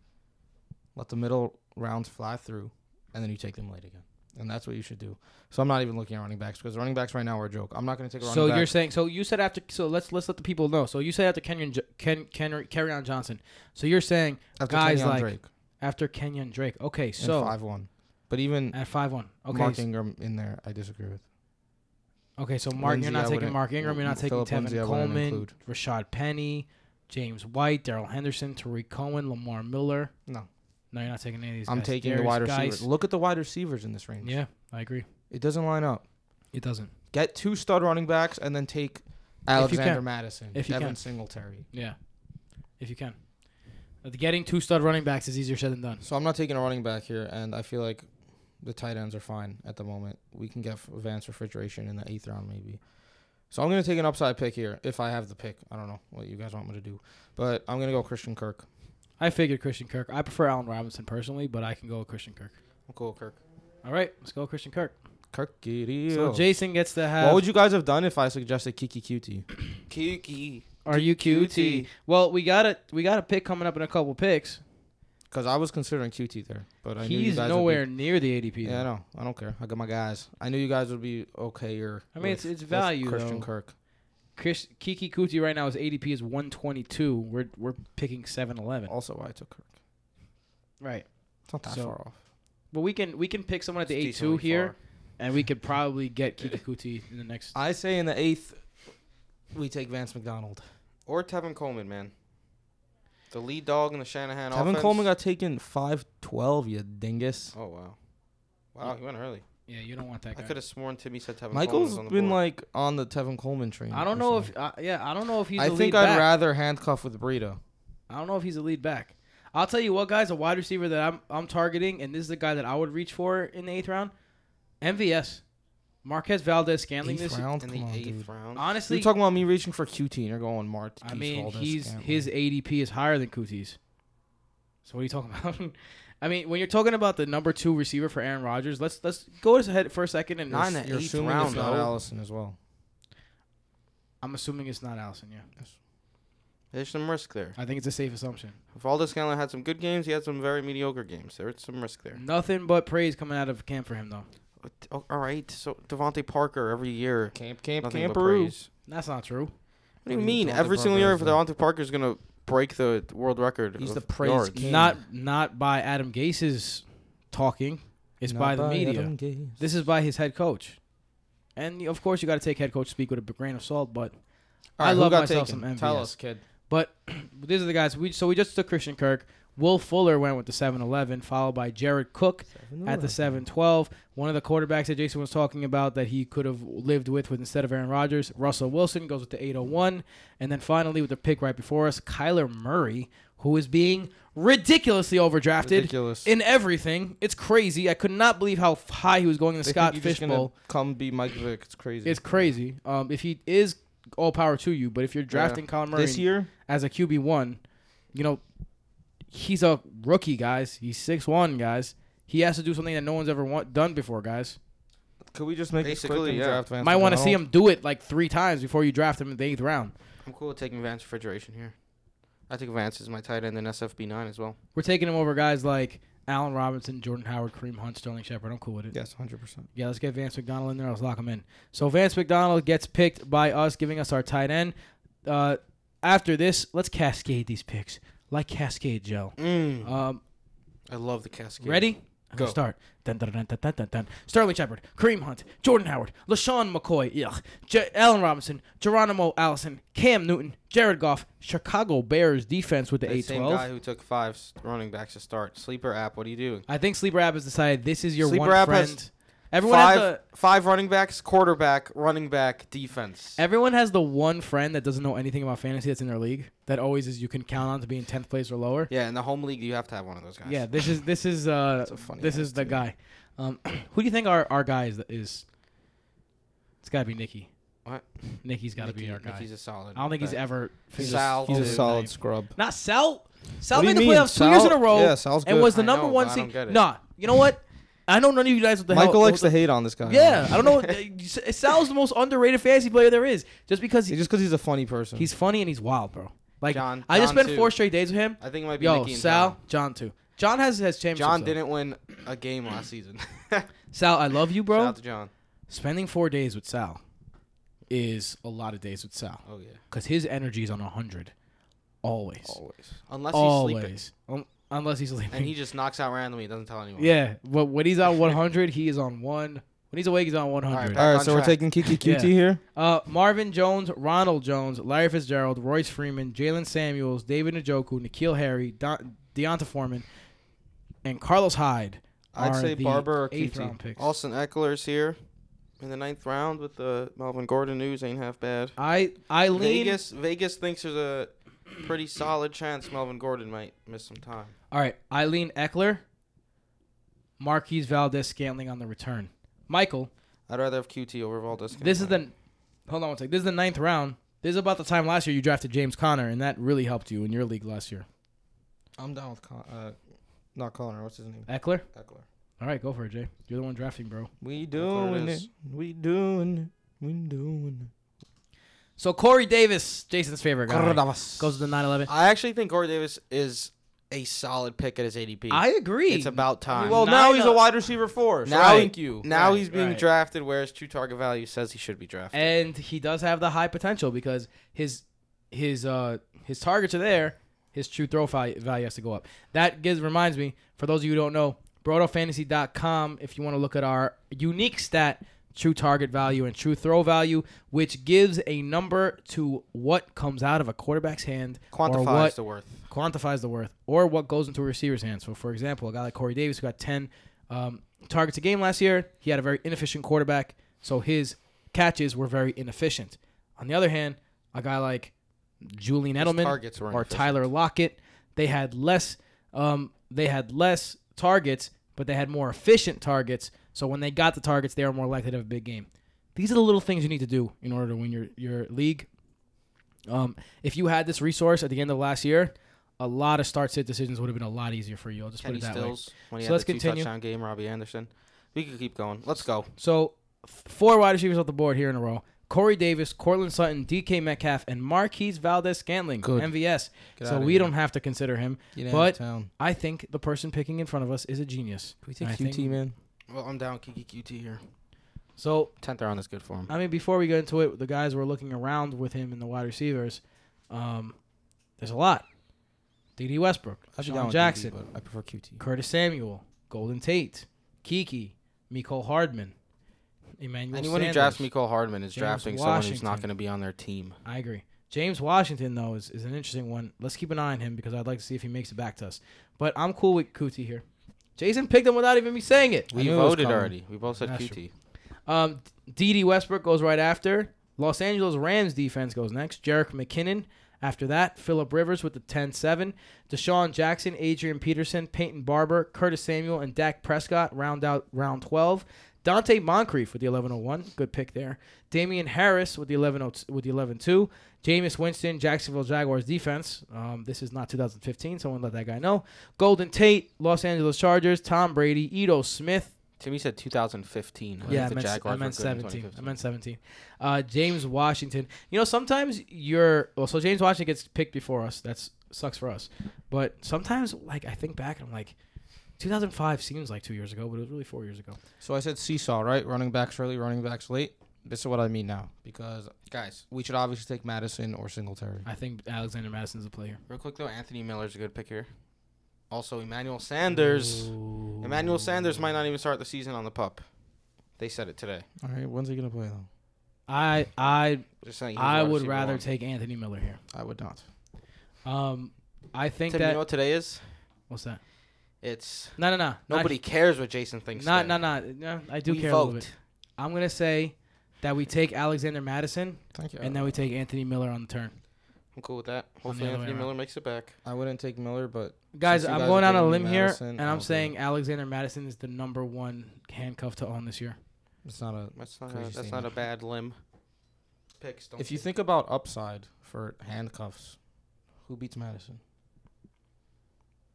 C: let the middle rounds fly through, and then you take them late again. And that's what you should do. So I'm not even looking at running backs because running backs right now are a joke. I'm not going to take a running
A: So
C: back.
A: you're saying so you said after so let's let's let the people know. So you said after Kenyon Jo- Ken Ken carry on Johnson. So you're saying
C: after
A: guys
C: Kenyon
A: like
C: Drake
A: after Kenyon Drake. Okay,
C: in
A: so
C: five one, but even
A: at five one. Okay,
C: Mark
A: s-
C: Ingram in there, I disagree with.
A: okay. So Mark,
C: Lindsey,
A: you're not
C: I
A: taking
C: wouldn't-
A: Mark Ingram. You're not taking
C: Phillip
A: Tevin
C: Lindsey, I wouldn't
A: Coleman,
C: include.
A: Rashad Penny, James White, Daryl Henderson, Tariq Cohen, Lamar Miller.
C: No.
A: no, you're not taking any of these.
C: I'm
A: guys.
C: taking the
A: Darius
C: wide receivers.
A: Geis.
C: Look at the wide receivers in this range.
A: Yeah, I agree.
C: It doesn't line up.
A: It doesn't.
C: get two stud running backs and then take
A: you
C: Alexander
A: can.
C: Madison,
A: If you
C: Devin
A: can.
C: Singletary.
A: Yeah, if you can. But Getting two stud running backs is easier said than done.
C: So I'm not taking a running back here, and I feel like the tight ends are fine at the moment. We can get Vance Refrigeration in the eighth round maybe. So I'm gonna take an upside pick here if I have the pick. I don't know what you guys want me to do, but I'm gonna go Christian Kirk.
A: I figured Christian Kirk. I prefer Allen Robinson personally, but I can go with Christian Kirk.
B: cool Kirk.
A: All right, let's go Christian Kirk.
C: Kirk
A: So Jason gets to have.
C: What would you guys have done if I suggested Kiki Cutie?
B: Kiki.
A: are you QT?
B: QT?
A: Well, we got a we got a pick coming up in a couple picks.
C: Because I was considering Cutie there, but I knew you
A: He's
C: guys
A: nowhere
C: Would
A: near the ADP.
C: be,
A: though.
C: yeah, I know. I don't care. I got my guys. I knew you guys would be okay. Or
A: I mean, it's- it's value,
C: Christian
A: though.
C: Kirk.
A: Chris, Kiki Kuti right now his ADP is 122. We're we're picking 711.
C: Also, why I took Kirk.
A: Right.
C: It's not that
A: So-
C: far off.
A: Well, we can we can pick someone at the
B: It's
A: 82
B: decently
A: here,
B: far.
A: and we could probably
C: *laughs*
A: get Kiki Kuti in the next.
C: I say in the eighth, we take Vance McDonald.
B: or Tevin Coleman, man. The lead dog in the Shanahan
C: Tevin
B: offense.
C: Coleman got taken five twelve. You dingus.
B: Oh wow, wow, he went early.
A: Yeah, you don't want that
B: I
A: guy.
B: could have sworn Timmy said Tevin. Coleman
C: Michael's
B: was on the
C: been
B: board.
C: like on the Tevin Coleman train.
A: I don't know
C: recently.
A: if uh, yeah, I don't know if he's. the
C: I think
A: lead
C: I'd
A: back.
C: rather handcuff with Burrito.
A: I don't know if he's a lead back. I'll tell you what, guys, a wide receiver that I'm I'm targeting, and this is the guy that I would reach for in the eighth round, MVS, Marquez Valdez Scantling
C: Eighth
A: this.
C: round.
B: in
C: Oh, Come
B: the
C: on,
B: eighth
C: dude.
B: round.
A: Honestly,
C: You're talking about me reaching for QT and you're going Mark.
A: I mean, he's his ADP is higher than Cooties. So what are you talking *laughs* about? I mean, when you're talking about the number two receiver for Aaron Rodgers, let's let's go ahead for a second and
B: Not in the
C: You're
B: eighth
C: assuming
B: round
C: it's not
B: though.
C: Allison as well.
A: I'm assuming it's not Allison. Yeah,
B: There's some risk there.
A: I think it's a safe assumption.
B: Valdez Scanlon had some good games. He had some very mediocre games. There is some risk
A: Mm.
B: there.
A: Nothing but praise coming out of camp for him though.
B: But, oh, all right. So Devontae Parker every year.
C: Camp, camp,
B: Nothing but
C: camperoo.
B: praise.
A: That's not true.
B: What do
C: What
B: you
C: do you
B: mean?
C: mean Devontae
B: Every single
C: Parker
B: year,
C: is
B: if Devontae Parker's gonna break the world record.
C: He's
B: of
C: the praise
B: yards.
C: king.
A: Not not by Adam Gase's talking. It's by the media. This is by his head coach. And of course, you got to take head coach speak with a grain of salt. But I love myself some MVS.
C: Tell us, kid.
A: But *clears throat* these are the guys. We so we just took Christian Kirk. Will Fuller went with the 7-Eleven, followed by Jared Cook at the 7-12. One of the quarterbacks that Jason was talking about that he could have lived with, with instead of Aaron Rodgers, Russell Wilson goes with the 801, and then finally with the pick right before us, Kyler Murray, who is being ridiculously overdrafted
C: Ridiculous.
A: in everything. It's crazy. I could not believe how f- high he was going in the
C: They think
A: Scott
C: you're
A: Fish
C: just gonna
A: Bowl.
C: Come be Mike Vick. It's crazy.
A: It's crazy. Um, if he is all power to you, but if you're drafting Kyler Murray
C: this year.
A: as a QB one, you know, he's a rookie, guys. He's six one, guys. He has to do something that no one's ever want, done before, guys.
C: Could we just make this quick
B: Basically,
C: and
B: yeah.
C: draft Vance
A: Might want to see
C: McDonald?
A: him do it like three times before you draft him in the eighth round.
B: I'm cool with taking Vance refrigeration here. I think Vance is my tight end in SFB nine as well.
A: We're taking him over guys like Allen Robinson, Jordan Howard, Kareem Hunt, Sterling Shepard. I'm cool with it.
C: Yes, hundred percent.
A: Yeah, let's get Vance McDonald in there. Let's lock him in. So Vance McDonald gets picked by us, giving us our tight end. Uh, after this, let's cascade these picks like cascade gel.
B: Mm.
A: Um,
B: I love the cascade.
A: ready? I'm gonna
B: Go.
A: Start. Dun, dun, dun, dun, dun, dun, dun. Sterling Shepard, Kareem Hunt, Jordan Howard, LaShawn McCoy, ugh, J- Allen Robinson, Geronimo Allison, Cam Newton, Jared Goff, Chicago Bears defense with the
B: That
A: eight
B: same
A: twelve.
B: guy who took five s- running backs to start. Sleeper app. What do you do?
A: I think Sleeper App has decided this is your
B: Sleeper
A: one
B: app has
A: friend. Everyone
B: five,
A: has the
B: five running backs, quarterback, running back, defense.
A: Everyone has the one friend that doesn't know anything about fantasy that's in their league that always is you can count on to be in tenth place or lower.
B: yeah, in the home league, you have to have one of those guys.
A: Yeah, this is this is uh
C: a funny
A: this is the guy. Um, *clears throat* who do you think our our guy is? is? It's gotta be Nikki.
B: What?
A: Nikki's gotta be
B: Nicky-
A: our guy.
B: Nicky's a solid.
A: I don't think he's
B: back.
A: ever.
B: He's
A: finished-
B: Sal.
C: He's a
A: his
C: solid
A: name.
C: scrub.
A: Not Sal. Sal
C: What do
A: made the
C: you mean?
A: playoffs two years in a
C: Sal-
A: row.
C: yeah, Sal's
A: and
C: good.
A: was the
B: I
A: number
B: know,
A: one
B: but I
A: seed.
B: don't get it.
A: Nah, you know what? I know none of you guys what the
C: Michael
A: hell.
C: likes to hate on this guy.
A: Yeah, I don't know. what- *laughs* Sal's the most underrated fantasy player there is, just because
C: It's
A: he
C: just because he's a funny person.
A: He's funny and he's wild, bro. Like
B: John-
A: I just
B: John
A: spent
B: too.
A: four straight days with him.
B: I think it might be
A: Yo,
B: Nicky and
A: Sal,
B: John.
A: John. too. John has has championships.
B: John
A: though.
B: didn't win a game
A: *laughs*
B: last season. *laughs*
A: Sal, I love you,
B: Shout
A: bro.
B: out to John.
A: Spending four days with Sal is a lot of days with Sal
B: Oh yeah.
A: because his energy is on hundred, always,
C: always.
B: Unless he's sleeping,
A: always, Um, unless he's sleeping.
B: and he just knocks out randomly. He doesn't tell
A: *laughs*
B: anyone.
A: yeah, but when he's on one hundred, he is on one. When he's awake, he's on one
B: right,
A: hundred.
B: back
C: All
B: on
C: right, so we're
B: track.
C: taking Kiki QT
A: *laughs* Yeah.
C: here.
A: Uh, Marvin Jones, Ronald Jones, Larry Fitzgerald, Royce Freeman, Jalen Samuels, David Njoku, Nikhil Harry, Don- Deonta Foreman, and Carlos Hyde.
C: I'd
A: are
C: say
A: the
C: Barber or
A: eighth
C: QT.
A: round picks.
B: Austin Eckler's here in the ninth round with the Melvin Gordon news. Ain't half bad.
A: I I lean.
B: Vegas Vegas thinks there's a pretty solid chance Melvin Gordon might miss some time.
A: All right, Eileen Eckler, Marquise Valdez Scantling on the return. Michael,
B: I'd rather have QT over Valdez.
A: this is the hold on one second. This is the ninth round. This is about the time last year you drafted James Conner, and that really helped you in your league last year.
C: I'm down with Con- uh, not Connor. What's his name?
A: Eckler.
C: Eckler.
A: All right, go for it, Jay. You're the one drafting, bro.
C: We
B: Eckler it
C: doing
B: is.
C: it. We doing it. We doing
A: So Corey Davis, Jason's favorite
C: it.
A: guy,
C: Cordovas.
A: goes to the 9-11.
B: I actually think Corey Davis is a solid pick at his ADP.
A: I agree.
B: it's about time.
C: Well, now
A: Nine
C: he's
A: up.
C: a wide receiver four. So
B: Now-
C: thank you.
B: now
A: right,
B: he's being
A: right.
B: drafted where his true target value says he should be drafted.
A: and he does have the high potential because his his uh his targets are there. His true throw fi- value has to go up. That gives reminds me for those of you who don't know, brotofantasy.com if you want to look at our unique stat true target value and true throw value which gives a number to what comes out of a quarterback's hand or
B: Quantifies
A: what
B: the worth.
A: quantifies the worth or what goes into a receiver's hands. So, for example, a guy like Corey Davis who got 10 um, targets a game last year, he had a very inefficient quarterback, so his catches were very inefficient. On the other hand, a guy like Julian
B: targets
A: Edelman
B: were
A: or
B: inefficient.
A: Tyler Lockett, they had less um, they had less targets, but they had more efficient targets. So when they got the targets, they were more likely to have a big game. These are the little things you need to do in order to win your, your league. Um, if you had this resource at the end of last year, a lot of start sit decisions would have been a lot easier for you. I'll just
B: Kenny
A: put it that way.
B: Stills when he
A: So
B: had
A: let's
B: the two
A: continue.
B: touchdown game. Robbie Anderson. We can keep going. Let's go.
A: So f- four wide receivers off the board here in a row. Corey Davis, Cortland Sutton, DK Metcalf, and Marquise Valdez Scantling,
C: Good.
A: MVS.
C: Get
A: so
C: outta
A: we
C: here.
A: don't have to consider him.
C: Get
A: But-
C: town.
A: I think the person picking in front of us is a genius.
C: Can we take
A: I
C: QT,
A: think-
C: man?
B: Well, I'm down Kiki QT here.
A: So
B: Tenth round is good for him.
A: I mean, before we get into it, the guys were looking around with him and the wide receivers. Um, there's a lot. D.D. Westbrook,
C: I'd be down
A: Sean
C: with
A: Jackson,
C: QT, but I prefer QT.
A: Curtis Samuel, Golden Tate, Kiki, Miko Hardman, Emmanuel.
B: Anyone who
A: Sanders.
B: drafts Miko Hardman is
A: James
B: drafting someone who's not
A: Washington.
B: going to be on their team.
A: I agree. James Washington, though, is, is an interesting one. Let's keep an eye on him because I'd like to see if he makes it back to us. But I'm cool with Kuti here. Jason picked him without even me saying it.
B: We
C: knew it was
B: voted
C: coming.
B: already. We both said
A: That's
B: QT.
A: Um, D.D. Westbrook goes right after. Los Angeles Rams defense goes next. Jarek McKinnon after that. Phillip Rivers with the 10-7. Deshaun Jackson, Adrian Peterson, Peyton Barber, Curtis Samuel, and Dak Prescott round out round 12. Dante Moncrief with the 11-01. Good pick there. Damian Harris with the 11 with the 11-2. Jameis Winston, Jacksonville Jaguars defense. Um, this is not 2015. Someone let that guy know. Golden Tate, Los Angeles Chargers. Tom Brady, Edo Smith,
B: Timmy said 2015. I
A: yeah, I meant,
B: think the
A: s-
B: Jaguars
A: I
B: were
A: meant
B: good in
A: 17. I
B: 2015.
A: meant 17. Uh, James Washington. You know, sometimes you're. Well, so James Washington gets picked before us. That's sucks for us. But sometimes, like, I think back and I'm like, 2005 seems like two years ago, but it was really four years ago.
C: So I said seesaw, right? Running backs early, running backs late. This is what I mean now because guys, we should obviously take Madison or Singletary.
A: I think Alexander Madison's a player.
B: Real quick though, Anthony Miller's a good pick here. Also, Emmanuel Sanders. Emmanuel Sanders might not even start the season on the pup. They said it today.
C: All right, when's he gonna play though?
A: I I
B: Just saying. he's
A: I
B: wide
A: would
B: receiver
A: rather
B: one.
A: take Anthony Miller here.
C: I would not.
A: Um, I think
B: Tim,
A: that
B: you know what today is?
A: what's that?
B: It's
A: No, no, no.
B: nobody cares what Jason thinks.
A: Not,
B: today.
A: not, not, no. I do
B: we
A: care a little
B: vote.
A: bit. I'm gonna say that we take Alexander Madison
C: Thank you.
A: and then we take Anthony Miller on the turn.
B: I'm cool with
A: On
B: that.
A: the
B: Hopefully,
A: other
B: Anthony
A: way
B: Miller makes it back.
C: I wouldn't take Miller, but
A: Guys,
C: Since you
A: I'm
C: guys
A: going
C: are
A: out on a
C: taking
A: limb
C: Madison,
A: here, and I'm
C: I'll
A: saying
C: do
A: Alexander Madison is the number one handcuff to own this year.
C: it's not a.
B: That's not. A,
C: Crazy
B: that's not
C: statement.
B: a bad limb. Picks. Don't
C: If you think about upside for handcuffs, who beats Madison?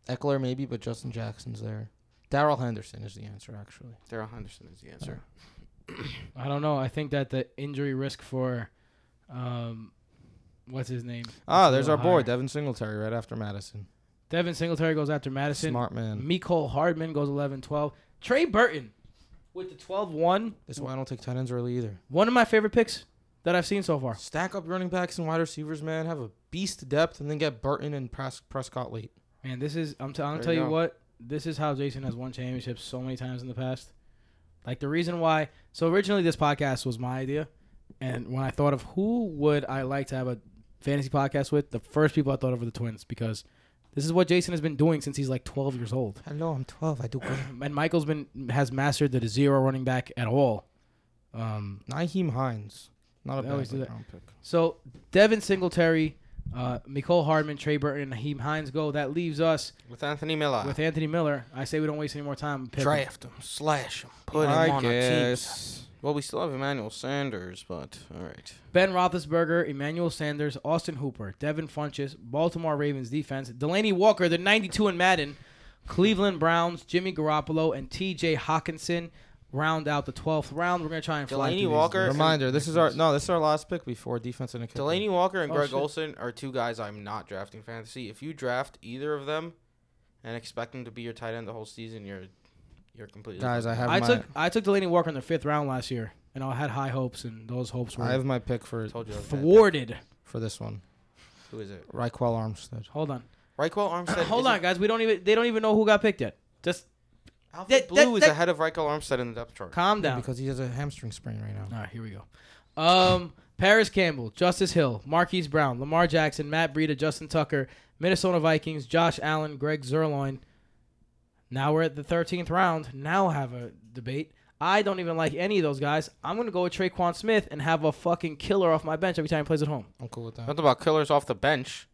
C: Eckler maybe, but Justin Jackson's there. Daryl Henderson is the answer actually.
B: Daryl Henderson is the answer.
A: I don't know. I think that the injury risk for, um, what's his name?
C: Ah,
A: It's a
C: there's our
A: little
C: boy
A: higher.
C: Devin Singletary right after Madison.
A: Devin Singletary goes after Madison.
C: Smart man.
A: Mecole Hardman goes 11-12. Trey Burton with the 12-1.
C: That's why I don't take tight ends early either.
A: One of my favorite picks that I've seen so far.
C: Stack up running backs and wide receivers, man. Have a beast depth, and then get Burton and Pres- Prescott late.
A: Man, this is I'm, t- I'm gonna
B: There
A: tell
B: you
A: you
B: go.
A: what. This is how Jason has won championships so many times in the past. Like the reason why. So originally this podcast was my idea, and when I thought of who would I like to have a fantasy podcast with, the first people I thought of were the twins because this is what Jason has been doing since he's like 12 years old. *clears throat*
C: Hello, I'm 12. I do good.
A: And Michael's been has mastered the zero running back at all. Um,
C: *sighs* Naheem Hines, not a
A: They always
C: bad
A: do
C: late
A: that.
C: round pick.
A: so Devin Singletary, uh, Nicole Hardman, Trey Burton, and Naheem Hines go. That leaves us
B: With Anthony Miller.
A: with Anthony Miller. I say we don't waste any more time. Pick him.
B: draft him, slash him, put him
C: I
B: on a team.
C: guess.
B: Well, we still have Emmanuel Sanders, but all right.
A: Ben Roethlisberger, Emmanuel Sanders, Austin Hooper, Devin Funches, Baltimore Ravens defense, Delaney Walker, the 92 in Madden, Cleveland Browns, Jimmy Garoppolo, and T.J. Hawkinson round out the 12th round. We're gonna try and fly
B: Delaney
A: through these.
B: Walker-
C: Reminder: This is our no. This is our last pick before defense and a kicker.
B: Delaney Walker and
A: Oh,
B: Greg
A: shit.
B: Olson are two guys I'm not drafting fantasy. If you draft either of them and expect them to be your tight end the whole season, you're you're completely
C: Guys, I have
A: I
C: my
A: took I took Delaney Walker in the fifth round last year, and I had high hopes, and those hopes
C: I
A: were
C: have my pick for
B: told you. I was bad.
A: thwarted.
C: for this one.
B: Who is it?
C: Raquel Armstead.
A: Hold on,
B: Reichel Armstead.
A: hold
B: isn't-
A: on, guys. We don't even they don't even know who got picked yet. Just
B: Alfred
A: That-
B: Blue
A: that-
B: is
A: that-
B: ahead of Reichel Armstead in the depth chart.
A: calm down.
C: Because he has a hamstring sprain right now.
A: All right, here we go. Um, Paris Campbell, Justice Hill, Marquise Brown, Lamar Jackson, Matt Breida, Justin Tucker, Minnesota Vikings, Josh Allen, Greg Zerloin. Now we're at the 13th round. Now we'll have a debate. I don't even like any of those guys. I'm going to go with Traquan Smith and have a fucking killer off my bench every time he plays at home.
C: I'm cool with that.
B: Nothing about killers off the bench.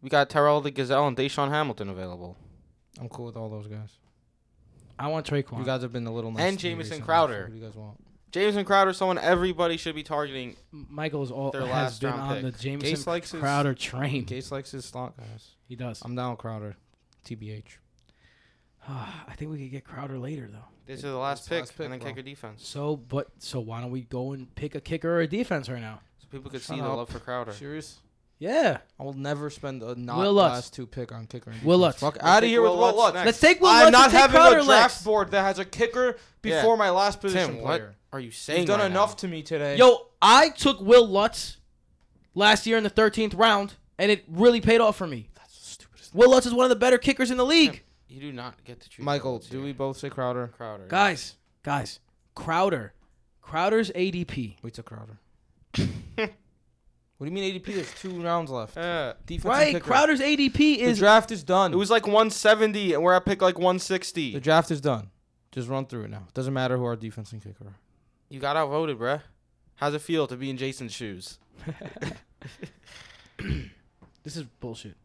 B: We got Terrell the Gazelle and Deshaun Hamilton available.
C: I'm cool with all those guys.
A: I want Traquan.
C: You guys have been a little nice.
B: And
C: to me
B: Jamison
C: recently, so
B: Crowder.
C: Who do you guys want?
B: Jameson Crowder, someone everybody should be targeting.
A: Michael's all
B: Their
A: has
B: last
A: been
B: round
A: on
B: pick.
A: the Jameson
C: Gase likes his-
A: Crowder train.
C: Case Um, likes his slot guys.
A: He does.
C: I'm down with Crowder. TBH.
A: *sighs* I think we could get Crowder later though.
B: This is the last
C: It's the
B: pick,
C: last pick,
B: and then
C: bro.
B: kick a defense.
A: So, but so why don't we go and pick a kicker or a defense right now?
B: So people could
C: Shut
B: see the
C: up.
B: love for Crowder.
C: Serious?
A: Yeah,
C: I will never spend a not
A: Will Lutz.
C: last two pick on kicker. And
A: Will
C: defense.
A: Lutz.
C: Fuck out of
B: take
C: here with
B: Will
C: Will
B: Lutz
C: Lutz.
B: next.
A: let's take Will
C: I'm
A: Lutz
C: not
A: and take
C: having
A: Crowder
C: a draft
A: Lex.
C: board that has a kicker before
B: Yeah.
C: my last position
B: Tim, what
C: player.
B: are you saying?
C: He's done
B: right
C: enough
B: now?
C: to me today.
A: Yo, I took Will Lutz last year in the 13th round, and it really paid off for me.
C: that's the stupidest.
A: Will Lutz is one of the better kickers in the league.
B: You do not get to choose.
C: Michael,
B: Lutz
C: do
B: here.
C: we both say Crowder?
B: Crowder? yeah.
A: Guys, guys, Crowder, Crowder's ADP.
C: We took *laughs* Crowder. what do you mean ADP? There's two rounds left.
B: Yeah.
C: Defense and
A: Right,
C: kicker.
A: Crowder's ADP
C: The
A: is
C: draft is done.
B: It was like 170, and we're at pick like
C: the
B: 160.
C: draft is done. Just run through it now. Doesn't matter who our defense and kicker are.
B: You got outvoted, bruh. How's it feel to be in Jason's shoes?
A: this is bullshit.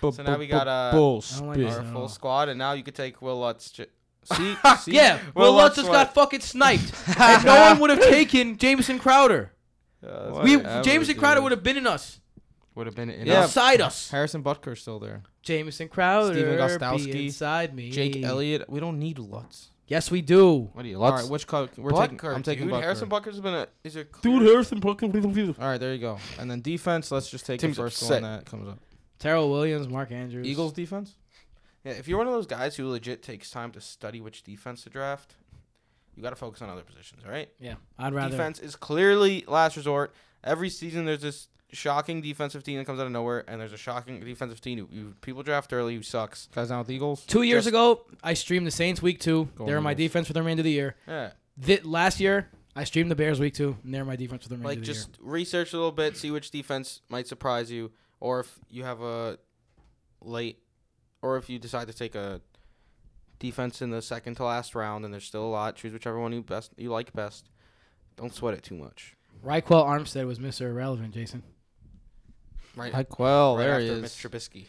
B: So now we got, uh,
C: bull
A: I don't like
C: spit.
A: Yeah.
B: Our full squad, and now you could take Will Lutz. J-
C: See, *laughs* see?
A: Yeah, Will,
B: Will
A: Lutz
B: Lutz
A: just
B: what?
A: got fucking
C: *laughs*
A: sniped, and no one would have taken Jameson Crowder. We
C: Whatever,
A: Jameson Crowder
C: dude.
A: would have been in us,
B: Uh, Would have been in
C: Yeah.
B: us.
A: beside us.
C: Harrison Butker's still there.
A: Jameson Crowder,
C: Steven Gostowski,
A: be inside me.
C: Jake Elliott. We don't need Lutz.
A: Yes, we do.
B: What are you,
C: All
B: Lutz?
C: right, which coach? We're taking. I'm taking
B: dude.
C: Butker.
B: Harrison Bucker's been a is a
A: Harrison fucking.
C: All right, there you go. And then defense. Let's just take
B: Tim's
C: the first
B: upset.
C: one that comes up.
A: Terrell Williams, Mark Andrews,
C: Eagles defense.
B: Yeah, if you're one of those guys who legit takes time to study which defense to draft, you got to focus on other positions, all right?
A: Yeah, I'd rather.
B: Defense is clearly last resort. Every season, there's this shocking defensive team that comes out of nowhere, and there's a shocking defensive team who, who people draft early who sucks.
C: Guys down with the Eagles.
A: Two years
B: Just-
A: ago, I streamed the Saints week two.
C: Go
A: they were my
C: Eagles.
A: defense for the remainder of the year.
B: Yeah,
A: Thi- last year, I streamed the Bears week two, and they were my defense for the remainder
B: like
A: of the
B: just
A: year.
B: research a little bit, see which defense might surprise you, or if you have a late, or if you decide to take a defense in the second to last round, and there's still a lot. Choose whichever one you best you like best. Don't sweat it too much.
A: Reichwell Armstead was Mr. Irrelevant, Jason.
B: Right,
C: Like well,
B: right
C: there
B: after
C: he
B: Mitch
C: is.
B: Trubisky.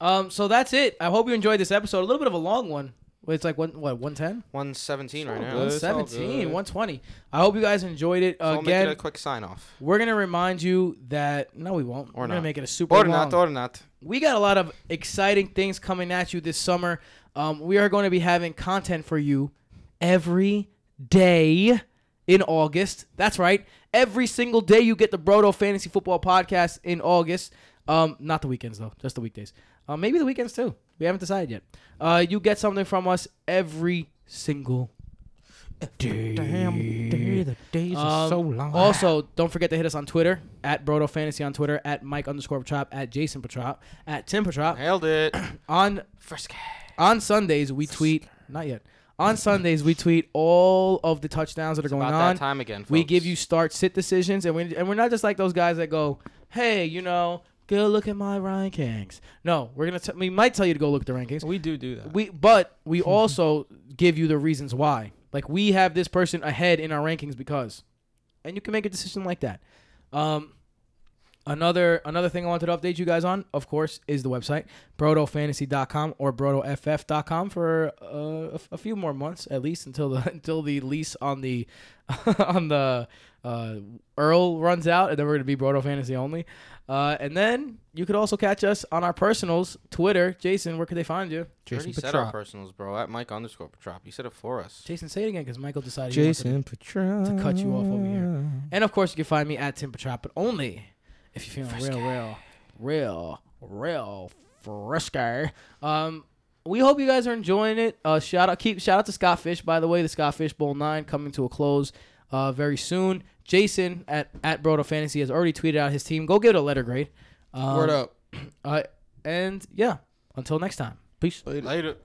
A: Um, so that's it. I hope you enjoyed this episode. A little bit of a long one. It's like one what one ten,
B: 117 right
C: So
B: now.
C: good.
A: one
C: It's all
A: seventeen,
C: good.
A: one twenty. I hope you guys enjoyed it.
B: So I'll make
A: Again,
B: it a quick sign off.
A: we're gonna remind you that no, we won't. we're gonna
B: not.
A: make it a super
B: Or
A: long.
B: not, or not.
A: we got a lot of exciting things coming at you this summer. Um, we are going to be having content for you every day in August. That's right. Every single day you get the Brodo Fantasy Football Podcast in August. Um, not the weekends though, just the weekdays. Uh, maybe the weekends too. We haven't decided yet. Uh, you get something from us every single day.
C: the days
A: Um, Also, don't forget to hit us on Twitter at Brodo Fantasy on Twitter at Mike underscore Petrop at Jason Petrop at Tim Petrop
B: Nailed it.
A: on on Sundays we tweet not yet on Sundays we tweet all of the touchdowns that are going
B: About
A: on.
B: that time again, folks.
A: we give you start sit decisions and we and we're not just like those guys that go, hey, you know, go look at my rankings. No, we're gonna t- we might tell you to go look at the rankings.
C: we do do that.
A: We but we also give you the reasons why. Like we have this person ahead in our rankings because, and you can make a decision like that. Um, another another thing I wanted to update you guys on, of course, is the website brodofantasy.com or brodoff.com for uh, a, f- a few more months at least until the *laughs* until the lease on the *laughs* on the uh, Earl runs out, and then we're gonna be Brodo Fantasy only. Uh, and then you could also catch us on our personals, Twitter. Jason, where could they find you?
B: You already
C: Jason
B: said our
C: Petrop.
B: personals, bro. At Mike underscore Petrop. You said it for us.
A: Jason, say it again because Michael decided. he wants to-
C: Jason Petrov.
A: to cut you off over here. and of course, you can find me at Tim Petrop, but only if you're feeling real, real, real, real frisky. Um, we hope you guys are enjoying it. Uh, shout out, keep shout out to Scott Fish, by the way. The Scott Fish Bowl Nine coming to a close uh, very soon. Jason at at Brodo Fantasy has already tweeted out his team. Go give it a letter grade. Um,
C: Word up.
A: Uh, and yeah, until next time. Peace.
B: Later.